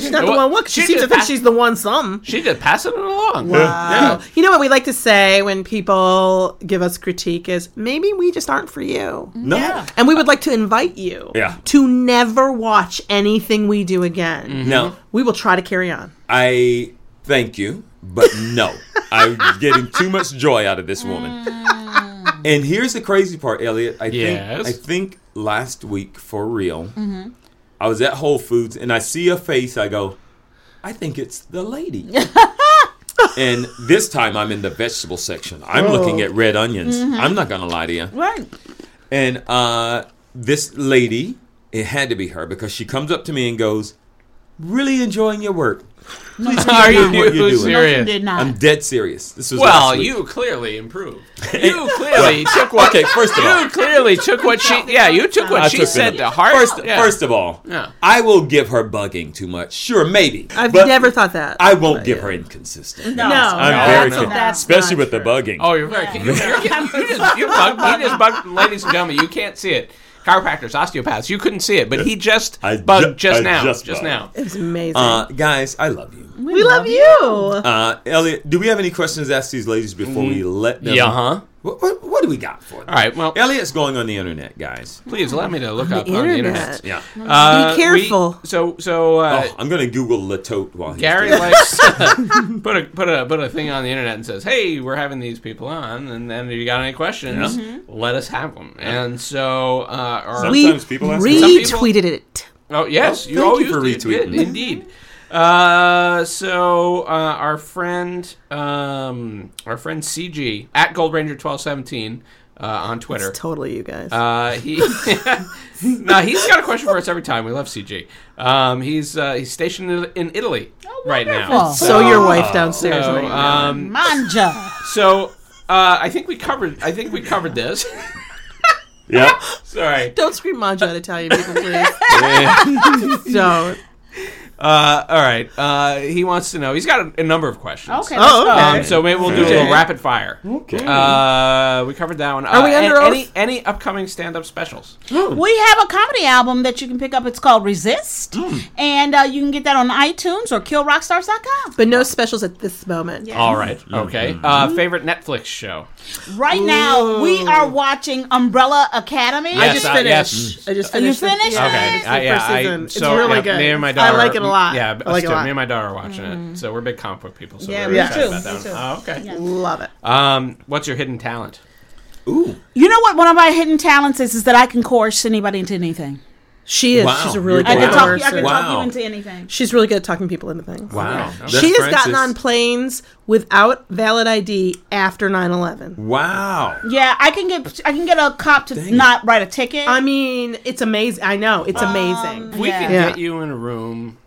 A: [laughs]
E: She's not the
C: Well,
E: one. Look, she
C: she
E: seems to
C: just
E: think
C: asked-
E: she's the one. Some.
C: She just passing it along.
E: Wow. You know what we like to say when people give us critique is maybe we just aren't for you.
A: No.
D: Yeah.
E: And we would like to invite you
A: Yeah.
E: to never watch anything we do again.
A: No.
E: We will try to carry on.
A: I thank you, but no. I'm getting too much joy out of this woman. and here's the crazy part, Elliot. I
C: Yes?
A: think I think last week for real, I was at Whole Foods and I see a face. I go, I think it's the lady. and this time I'm in the vegetable section. I'm looking at red onions. I'm not gonna lie to you.
D: Right.
A: And uh, this lady, it had to be her because she comes up to me and goes, "Really enjoying your work.
C: [laughs]
A: Please keep
C: Are
A: doing
C: you
A: what you're doing."
C: serious?
D: Did not.
A: I'm dead serious. This was
C: Well,
A: last week.
C: you
A: [laughs]
C: clearly improved. You clearly took what
A: okay. First of all,
C: you clearly took what she yeah, you took what
A: I
C: she
A: took it
C: said
A: up.
C: to heart.
A: First,
C: Yeah.
A: first of all,
C: Yeah.
A: I will give her bugging too much. Sure, maybe.
E: I've
A: but
E: never thought that.
A: I won't give her inconsistent.
D: No.
A: I'm
C: No,
A: very
C: that's-
A: con-
E: that's
A: especially with
E: not
A: the
E: true.
A: bugging.
C: Oh, you're very. You're, you're, getting- you just, you bugged, he just bugged, ladies and gentlemen. You can't see it. Chiropractors, osteopaths, you couldn't see it, but he just
A: I
C: bugged
A: ju-
C: just
A: I
C: now. Just,
A: just
C: now.
E: It was amazing.
A: Uh, guys, I love you.
E: we, love, you.
A: Uh, Elliot, do we have any questions asked these ladies before we let them?
C: Mm-hmm. Yeah, huh?
A: What, what, what do we got for them?
C: All right, well,
A: Elliot's going on the internet, guys.
C: please allow me to look up on the internet.
E: Internet.
A: Yeah.
C: Uh,
E: Be careful.
C: we- so, so uh,
A: oh, I'm gonna Google Latote while he's
C: Gary
A: doing it.
C: likes [laughs] put a put a put a thing on the internet and says, "Hey, we're having these people on, and then if you got any questions, let us have them." And so, uh, our,
A: Some-
E: we
A: sometimes people ask me-
C: Some
E: retweeted it.
C: oh yes,
A: Oh,
C: you
A: thank
C: all
A: you for
C: used it. You did,
A: retweeting.
C: indeed. Uh, so uh, our friend, um, our friend CG at Gold Ranger twelve seventeen uh, on Twitter.
E: It's totally you guys.
C: Uh, he [laughs] no, he's got a question for us every time. We love CG. Um, he's uh, he's stationed in- in Italy
A: Oh,
C: right now.
D: wonderful.
E: so uh, your wife downstairs.
C: So,
E: right now.
C: um,
D: Manja.
C: so uh, I think we covered. I think we covered this. [laughs]
A: [laughs] Yeah.
C: Sorry.
E: don't scream Maja at Italian people, [laughs] please. don't.
C: Uh, all right. Uh, he wants to know. He's got a, a number of questions.
D: Okay.
E: Oh,
D: let's go.
E: okay.
C: Um, so maybe we'll do a little
E: Okay.
C: rapid fire. Okay. Uh, we covered that one.
E: Are we under oath?
C: Any, any upcoming stand-up specials?
D: We have a comedy album that you can pick up. It's called Resist. And uh, you can get that on iTunes or killrockstars.com.
E: But no specials at this moment.
C: All right. [laughs] Okay. Uh, favorite Netflix show?
D: Right now, we are watching Umbrella Academy.
E: I
C: Yes,
E: just
C: I-
E: finished.
C: yes.
E: I just
D: you
E: finished. it.
D: finished it?
E: Yeah.
C: Okay.
E: It's
C: I,
E: the
C: yeah,
E: first
C: I-
E: season. It's
C: so,
E: really
C: yeah,
E: good.
C: Me and my
E: I
C: daughter.
E: like it a lot.
C: Yeah,
E: I like
C: us
E: it a
C: too.
E: lot. Mm-hmm.
C: Me and my daughter are watching it. So we're big comic book people. So
E: Yeah,
C: we're
E: me
C: excited
D: too,
C: about that
D: me
C: one. Oh,
D: too.
C: okay.
E: Love it.
C: Um, what's your hidden talent?
A: Ooh.
D: You know what? One of my hidden talents is, is that I can coerce anybody into anything.
E: She is.
A: Wow.
E: She's a really
A: You're
D: I
E: good
D: can,
A: Wow.
D: talk, I
E: person.
D: can talk
A: Wow.
D: you into anything.
E: She's really good at talking people into things.
A: Wow.
E: She
A: That's
E: has gotten
A: Francis.
E: on planes without valid ID after 9/11.
A: Wow.
D: Yeah, I can get I can get a cop to not write a ticket.
E: I mean, it's amazing. I know it's amazing.
C: We
D: Yeah.
C: can
E: Yeah.
C: get you in a room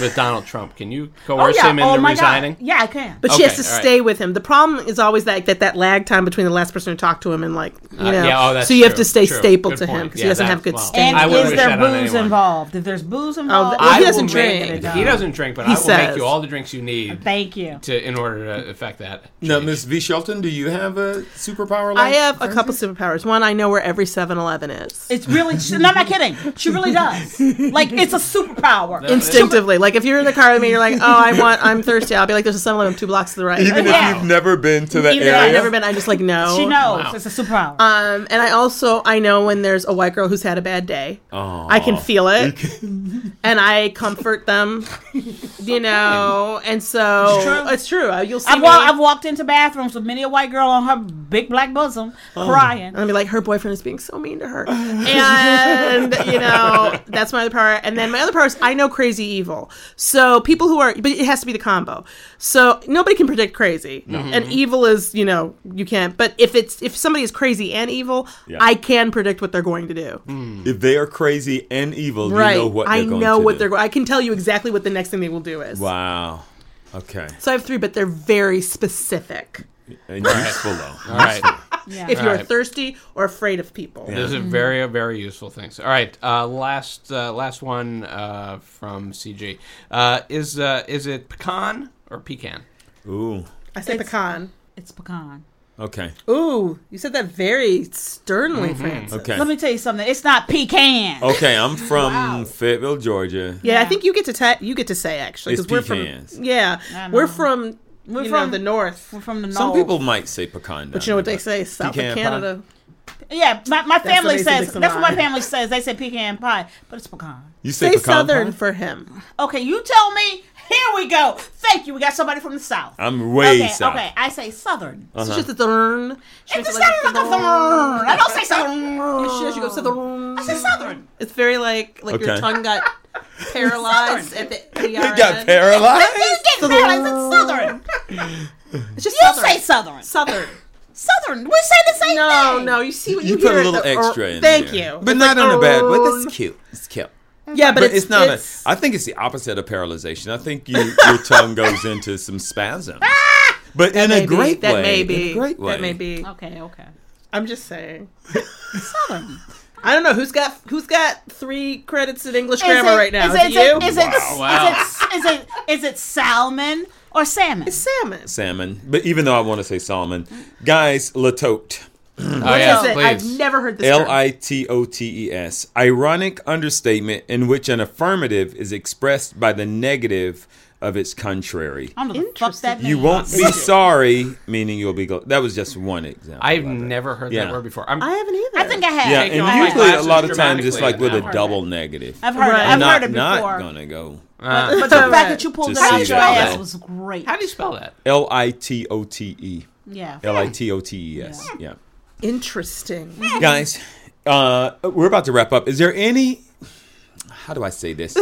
C: with Donald Trump? Can you
E: Oh,
C: coerce him into
D: Oh, my
C: resigning?
D: God. Yeah, I can.
E: But she
C: Okay,
E: has to
C: all right.
E: stay with him. The problem is always that, that that lag time between the last person who talked to him and like you know.
C: yeah, oh, that's
E: so you have
C: true,
E: to stay
C: true.
E: stapled
C: Good
E: to him
C: point.
E: because
C: Yeah,
E: he doesn't
C: that-
E: have good
C: well,
E: standing.
D: and
C: I wouldn't
D: is
C: wish
D: there
C: that on
D: booze
C: anyone.
D: involved? If there's booze involved,
E: well,
D: I
E: Oh, he
D: will
E: doesn't
D: make
E: drink.
D: it a
C: He
D: go.
C: doesn't drink, but I
E: He
C: will make
E: says.
C: you all the drinks you need
D: Thank you.
C: to in order to affect that.
A: Now, Miss V. Shelton, do you have a superpower?
E: I
A: Like
E: have a couple superpowers. One, I know where every 7-Eleven is.
D: It's really. She, no, I'm not kidding. She really does. Like it's a superpower.
E: Instinctively, like if you're in the car with me, you're like, "Oh, I want, I'm thirsty." I'll be like, "There's a 7-Eleven two blocks to the right."
A: Even
D: Yeah.
A: if you've never been to that
D: Even if
A: area,
D: I've
E: I've never been. I just like know.
D: she knows it's a superpower.
E: Um, and I also I know when there's a white girl who's had a bad day.
A: Oh.
E: I
C: Oh.
E: can feel it, and I comfort them. You know, and so it's
D: true.
E: Uh, You'll see
D: I've,
E: me,
D: wa- I've walked into bathrooms with many a white girl on her big black bosom
E: Oh.
D: crying.
E: and I'll be like, her boyfriend is being so mean
A: [laughs]
E: to her, and you know that's my other power. And then my other power is I know crazy evil. So people who are, but it has to be the combo. So nobody can predict crazy, and
A: Mm-hmm.
E: evil is you know you can't. But if it's if somebody is crazy and evil,
A: Yeah.
E: I can predict what they're going to do.
A: if they are crazy and evil,
E: Right.
A: you know what
E: I
A: they're going
E: know
A: to
E: what
A: do.
E: they're going. I can tell you exactly what the next thing they will do is.
A: Wow. Okay.
E: So I have three, but they're very specific.
A: And useful though.
C: All right.
D: Yeah.
E: If you're
C: right.
E: thirsty or afraid of people.
C: Those are very, very useful things. All right, uh, last uh, last one uh, from CG uh, is uh, is it pecan or pecan?
A: Ooh.
E: I say pecan.
D: it's pecan.
A: Okay.
E: Ooh, you said that very sternly,
A: Mm-hmm.
E: Francis.
A: Okay.
D: Let me tell you something. It's not pecan.
C: Oh.
A: Okay, I'm from Fayetteville, Georgia.
E: Yeah, I think you get to ta- you get to say actually
A: It's
E: because we're from
A: pecans.
E: yeah
D: I know.
E: we're from we're from
D: from-
E: the north.
D: We're from the north.
A: Some people might say pecan.
E: But you know what they say, South
A: Pecan
E: of
A: pie.
E: Canada.
D: Yeah, my, my family
E: they say
D: says
E: it's a
D: that's what my
E: lie.
D: family says. They say pecan pie, but it's pecan.
A: You say
E: Say
A: pecan
E: Southern
A: pie?
E: for him.
D: Okay, you tell me. Here we go. Thank you. We got somebody from the south.
A: I'm way
D: okay,
A: south.
D: okay. I say southern.
A: Uh-huh.
E: It's just a thorn. She
D: It's
E: makes
D: just
E: it like
D: like a southern. I don't say southern.
E: She has to go southern.
D: It's southern.
E: It's very like like your
A: Okay.
E: tongue
D: [laughs]
E: got paralyzed at the
A: [laughs]
E: ER.
A: You got paralyzed?
D: You get mad. It's southern.
E: It's just
D: You
E: southern.
D: say southern. [laughs]
E: southern.
D: Southern. We say the same
E: No,
D: thing.
E: no. You see what you,
A: You put
E: hear
A: a
E: at
A: little
E: the- or-
A: extra in
E: Thank
A: there.
E: you.
A: But
E: It's
A: not
E: like,
A: in a bad way. That's
E: "Arrgh."
A: cute. It's cute.
E: Yeah, but,
A: But it's, not
E: it's-
A: a I think it's the opposite of paralyzation. I think you, your tongue goes into some spasms. But in a
E: maybe.
A: great
E: Ah! that
A: way.
E: May
A: in
E: be,
A: a great way.
E: That may be.
D: Okay, okay.
E: I'm just saying.
D: Southern.
E: I don't know who's got who's got three credits in English grammar right now. Is
D: Is
E: it,
D: it,
E: you?
D: Is it,
C: Wow.
D: is, it, is, it, is it salmon or salmon?
E: salmon?
A: Salmon. But even though I want to say salmon. Guys, latote.
C: oh yes,
E: Is it? I've
C: please.
E: never heard this.
A: L
E: term.
A: I T O T E S. Ironic understatement in which an affirmative is expressed by the negative of its contrary.
D: I don't know the fuck that
A: You
D: means.
A: won't be sorry, meaning you'll be. Gl- that was just one example.
C: I've
A: of it.
C: never heard
A: Yeah.
C: that word before. I'm,
E: I haven't either.
D: I think
E: [laughs]
D: I have.
A: Yeah,
C: taken all
A: and
C: my
A: usually a
C: classes
A: lot of times it's
C: dramatically
A: like with
C: and
A: a
C: I've heard
A: double negative.
D: I've heard it.
E: Right.
D: I've
A: not,
D: heard it
A: not
D: before.
A: gonna go.
D: But the fact that you pulled
A: To
D: it out
A: see
D: your
A: that,
D: ass
A: though.
D: was great.
C: uh, how do you spell that?
A: L I T O T E.
D: Yeah.
A: L I T O T E S. Yeah.
E: interesting.
A: Guys, uh, we're about to wrap up. Is there any? How do I say
D: [laughs]
A: this?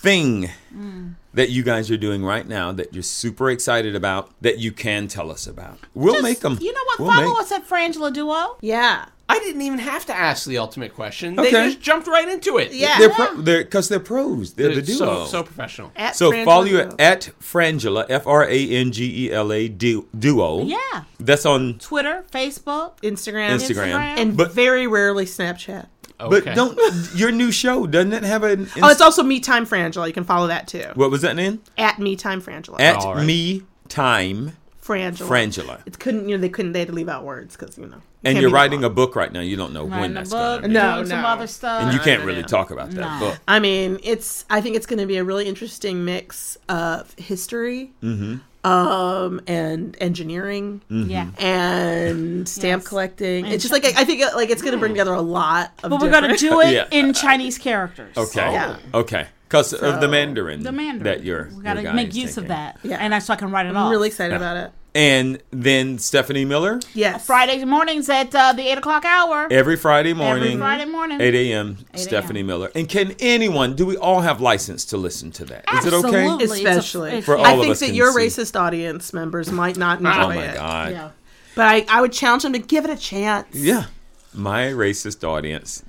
A: thing
D: Mm.
A: that you guys are doing right now that you're super excited about that you can tell us about. We'll
D: Just-
A: make them.
D: You know what?
A: We'll
D: Follow
A: make-
D: us at Frangela Duo.
E: Yeah.
C: I didn't even have to ask the ultimate question. They
A: Okay.
C: just jumped right into it.
E: Yeah.
A: They're pro- they're because they're pros. They're the
C: It's
A: duo.
C: so, so professional.
E: At
A: So
E: Frangela
A: follow you
E: Duo.
A: at Frangela, F R A N G E L A du- duo.
D: Yeah.
A: That's on
D: Twitter, Facebook,
E: Instagram,
A: Instagram.
D: Instagram.
E: and
A: But-
E: very rarely Snapchat.
A: But
C: Okay.
A: don't your new show doesn't it have an?
E: Oh, it's also Me Time Frangela. You can follow that too.
A: what was that name?
E: At Me Time Frangela.
A: At
C: Oh, All right.
A: me time
E: Frangela.
A: Frangela.
E: It couldn't. You know, they couldn't. They had to leave out words because you know. you
A: And
E: can't
A: you're
E: be
A: writing
E: long.
A: a book right now. You don't know when
D: writing a
A: that's
D: book,
A: going to be.
E: No,
D: doing some
E: no.
D: other stuff.
A: And you can't
E: no,
A: really
E: no.
A: talk about that
D: No.
A: book.
E: I mean, it's. I think it's going to be a really interesting mix of history,
A: Mm-hmm.
E: um, and engineering,
A: [laughs]
D: yeah.
E: and stamp
D: Yes.
E: collecting. it's just like I, I think uh, like it's going to bring together a lot of.
D: But we're going to
E: different-
D: do it
A: Yeah.
D: in Chinese characters.
A: Okay.
E: Yeah.
A: Okay. Because of the Mandarin.
D: The Mandarin.
A: That you're.
D: We got
A: your
D: to
A: guy
D: make
A: is
D: use of
A: taking.
D: that.
E: Yeah.
D: And I, so I can write it
E: I'm
D: off.
E: really excited about it.
A: And then Stephanie Miller
E: Yes,
D: Friday mornings at uh, the 8 o'clock hour.
A: every Friday morning.
D: Every Friday morning.
A: 8 a.m. Stephanie Miller. And can anyone, do we all have license to listen to that? Is it okay?
D: Absolutely. It's a-
E: especially.
D: it's- For
A: all
E: I
A: of
E: think
A: us
E: that
A: can
E: your
A: see.
E: racist audience members might not enjoy
A: Oh my
E: it.
A: God.
D: Yeah.
E: But I, I would challenge them to give it a chance.
A: Yeah. My racist
D: [laughs]
A: audience.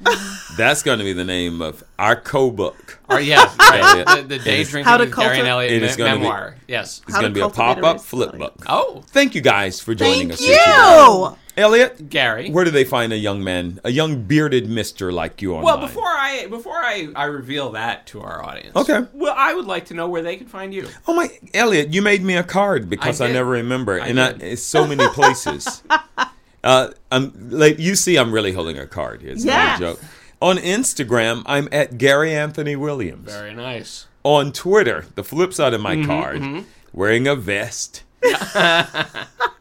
A: That's going to be the name of our co-book.
C: Or yeah, right.
A: Yeah. [laughs]
C: the, the day drinking
E: How to
C: with Gary and
E: cultivate-
A: It
C: Elliot
A: is
C: me-
A: gonna be-
C: memoir. yes.
A: It's
E: How to
A: going to be a
E: cultivate a
A: pop-up
E: racist
A: flip
E: audience.
A: book.
C: Oh,
A: Thank you guys for joining
D: Thank
A: us. here today.
E: Ew.
A: Elliot,
C: Gary.
A: where do they find a young man, a young bearded mister like you online?
C: well, before I before I, I reveal that to our audience,
A: Okay.
C: Well, I would like to know where they can find you.
A: Oh my, Elliot, you made me a card because I,
C: did.
A: never remember,
C: I
A: and I,
C: did.
A: it's so many places. uh, I'm like you see, I'm really holding a card here. It's
E: Yes.
A: not a joke. On Instagram, I'm at Gary Anthony Williams.
C: Very nice.
A: On Twitter, the flip side of my card, wearing a vest.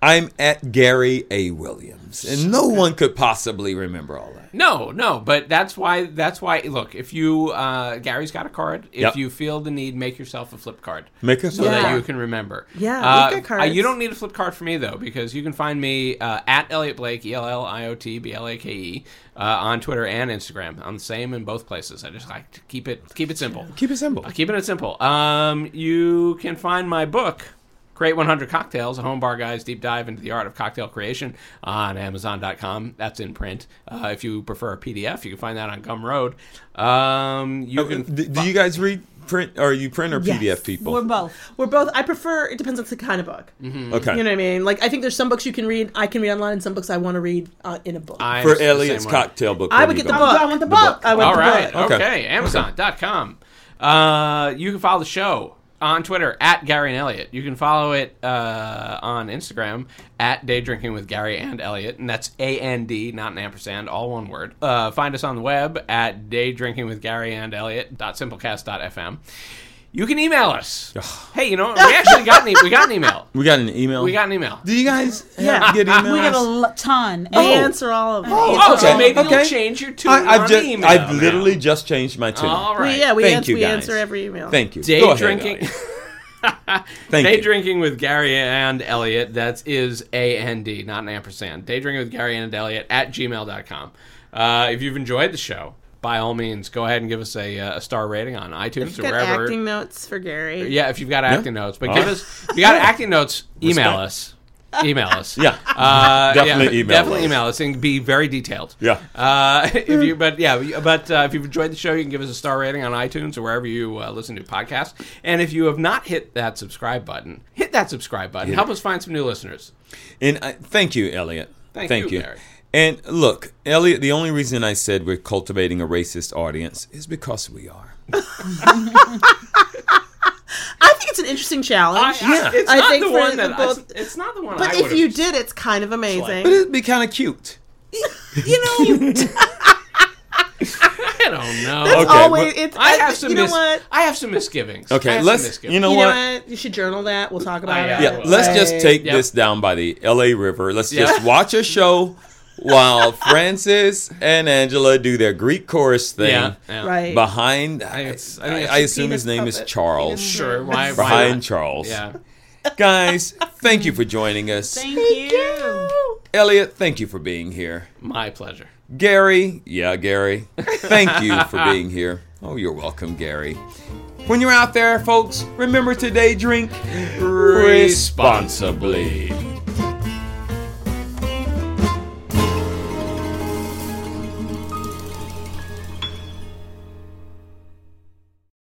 A: I'm at Gary A. Williams, and no one could possibly remember all that.
C: No, no, but that's why that's why. Look, if you uh, Gary's got a card. If
A: Yep.
C: you feel the need, make yourself a flip card.
A: Make us
C: so that
E: Yeah.
C: you can remember.
E: Yeah,
C: uh,
E: we've got
C: uh, you
E: cards.
C: don't need a flip card for me though, because you can find me uh, at Elliot Blake E L L I O T B L A K E uh, on Twitter and Instagram. I'm the same in both places. I just like to keep it keep it simple.
A: keep it simple.
C: Uh, Keeping it simple. Um, you can find my book, Create 100 Cocktails, a home bar guy's deep dive into the art of cocktail creation on Amazon.com. That's in print. Uh, if you prefer a PDF, you can find that on Gumroad. Um, you
A: Do,
C: can.
A: do you guys read print? Are you print or
E: Yes.
A: PDF people? Mm-hmm.
D: We're both.
E: We're both. I prefer. It depends on the kind of book. You
A: okay.
E: know what I mean? Like I think there's some books you can read. I can read online, and some books I want to read uh, in a book. I,
C: I'm
A: for
C: the
A: Elliot's
C: same way.
A: cocktail book.
E: would
A: what do
E: get
A: you
E: the
A: go?
E: book.
D: I want the book.
E: I want
C: All
E: the
C: right.
E: book.
C: Okay.
A: Okay.
C: Amazon.com. Uh, you can follow the show on Twitter at Gary and Elliot. You can follow it uh, on Instagram at Day Drinking with Gary and Elliot, and that's A N D, not an ampersand, all one word. Uh, find us on the web at Day Drinking with Gary and Elliot. Simplecast.fm. You can email us. hey, you know what? we actually got an e- we got an email.
A: We got an email.
C: We got an email.
A: Do you
C: [laughs]
A: guys
E: Yeah.
A: get emails?
D: We get a l- ton.
E: I
D: And-
E: answer all of them.
C: Oh, so
A: okay,
C: maybe you'll
A: okay.
C: change your tune
A: I,
C: on
A: I've just,
C: email.
A: I've
C: now.
A: literally just changed my tune.
C: All right.
E: We- yeah, we,
A: Thank
E: answer,
A: you,
E: we
A: guys.
E: answer every email.
A: Thank you.
C: Day
A: Go ahead,
C: drinking.
A: Elliot. Thank
C: Day
A: you.
C: drinking with Gary and Elliot. That is A N D, not an ampersand. Day drinking with Gary and Elliot at gmail.com. Uh, if you've enjoyed the show, by all means, go ahead and give us a, uh, a star rating on iTunes or
E: Got
C: wherever.
E: acting notes for Gary.
C: Yeah, if you've got acting notes, but
A: All
C: give
A: right.
C: us. If
A: [laughs]
C: you got acting notes, email
A: Respect.
C: us. Email us.
A: Yeah.
C: Uh,
A: Definitely
C: yeah,
A: email
C: Definitely
A: us.
C: email us and be very detailed.
A: Yeah.
C: Uh, [laughs] if you, but yeah, you- but uh, if you've enjoyed the show, you can give us a star rating on iTunes or wherever you uh, listen to podcasts. And if you have not hit that subscribe button, hit that subscribe button. Help us find some new listeners.
A: And I, thank you, Elliot.
C: Thank you, Gary.
A: And look, Elliot, the only reason I said we're cultivating a racist audience is because we are.
E: I think it's an interesting challenge.
C: I, it's
E: I
C: not
E: think
C: the
E: for
C: one
E: the
C: that
E: both-
C: I, it's not the one.
E: but
C: I
E: if
C: would've-
E: you did, it's kind of amazing.
A: But it'd be kind of cute.
E: [laughs] you know,
C: I don't know.
A: Okay,
E: always
A: but-
E: it's.
C: I have some.
E: You know
C: mis-
E: what?
C: I have some misgivings. I
A: Okay,
C: have some
A: let's.
C: misgivings.
A: You know
E: You know
A: what?
E: what? You should journal that. We'll talk about
C: yeah.
E: it.
C: Yeah,
A: Yeah, let's just
E: Say-
A: take
C: Yep.
A: this down by the LA River. Let's
C: Yeah.
A: just watch a
C: [laughs]
A: show while Francis and Angela do their Greek chorus thing
C: Yeah, yeah.
E: Right.
A: behind.
C: think
A: I,
C: it's- I
A: I,
C: think it's
A: I
C: a
A: assume his
E: penis
A: name is
E: puppet.
A: Charles.
E: Penis-
C: Sure. Why? why
A: Behind
C: not?
A: Charles.
C: Yeah.
A: Guys, thank you for joining us.
D: Thank you.
A: Elliot, thank you for being here.
C: My pleasure.
A: Gary, yeah, Gary, thank you
C: [laughs]
A: for being here. Oh, you're welcome, Gary. When you're out there, folks, remember today drink responsibly.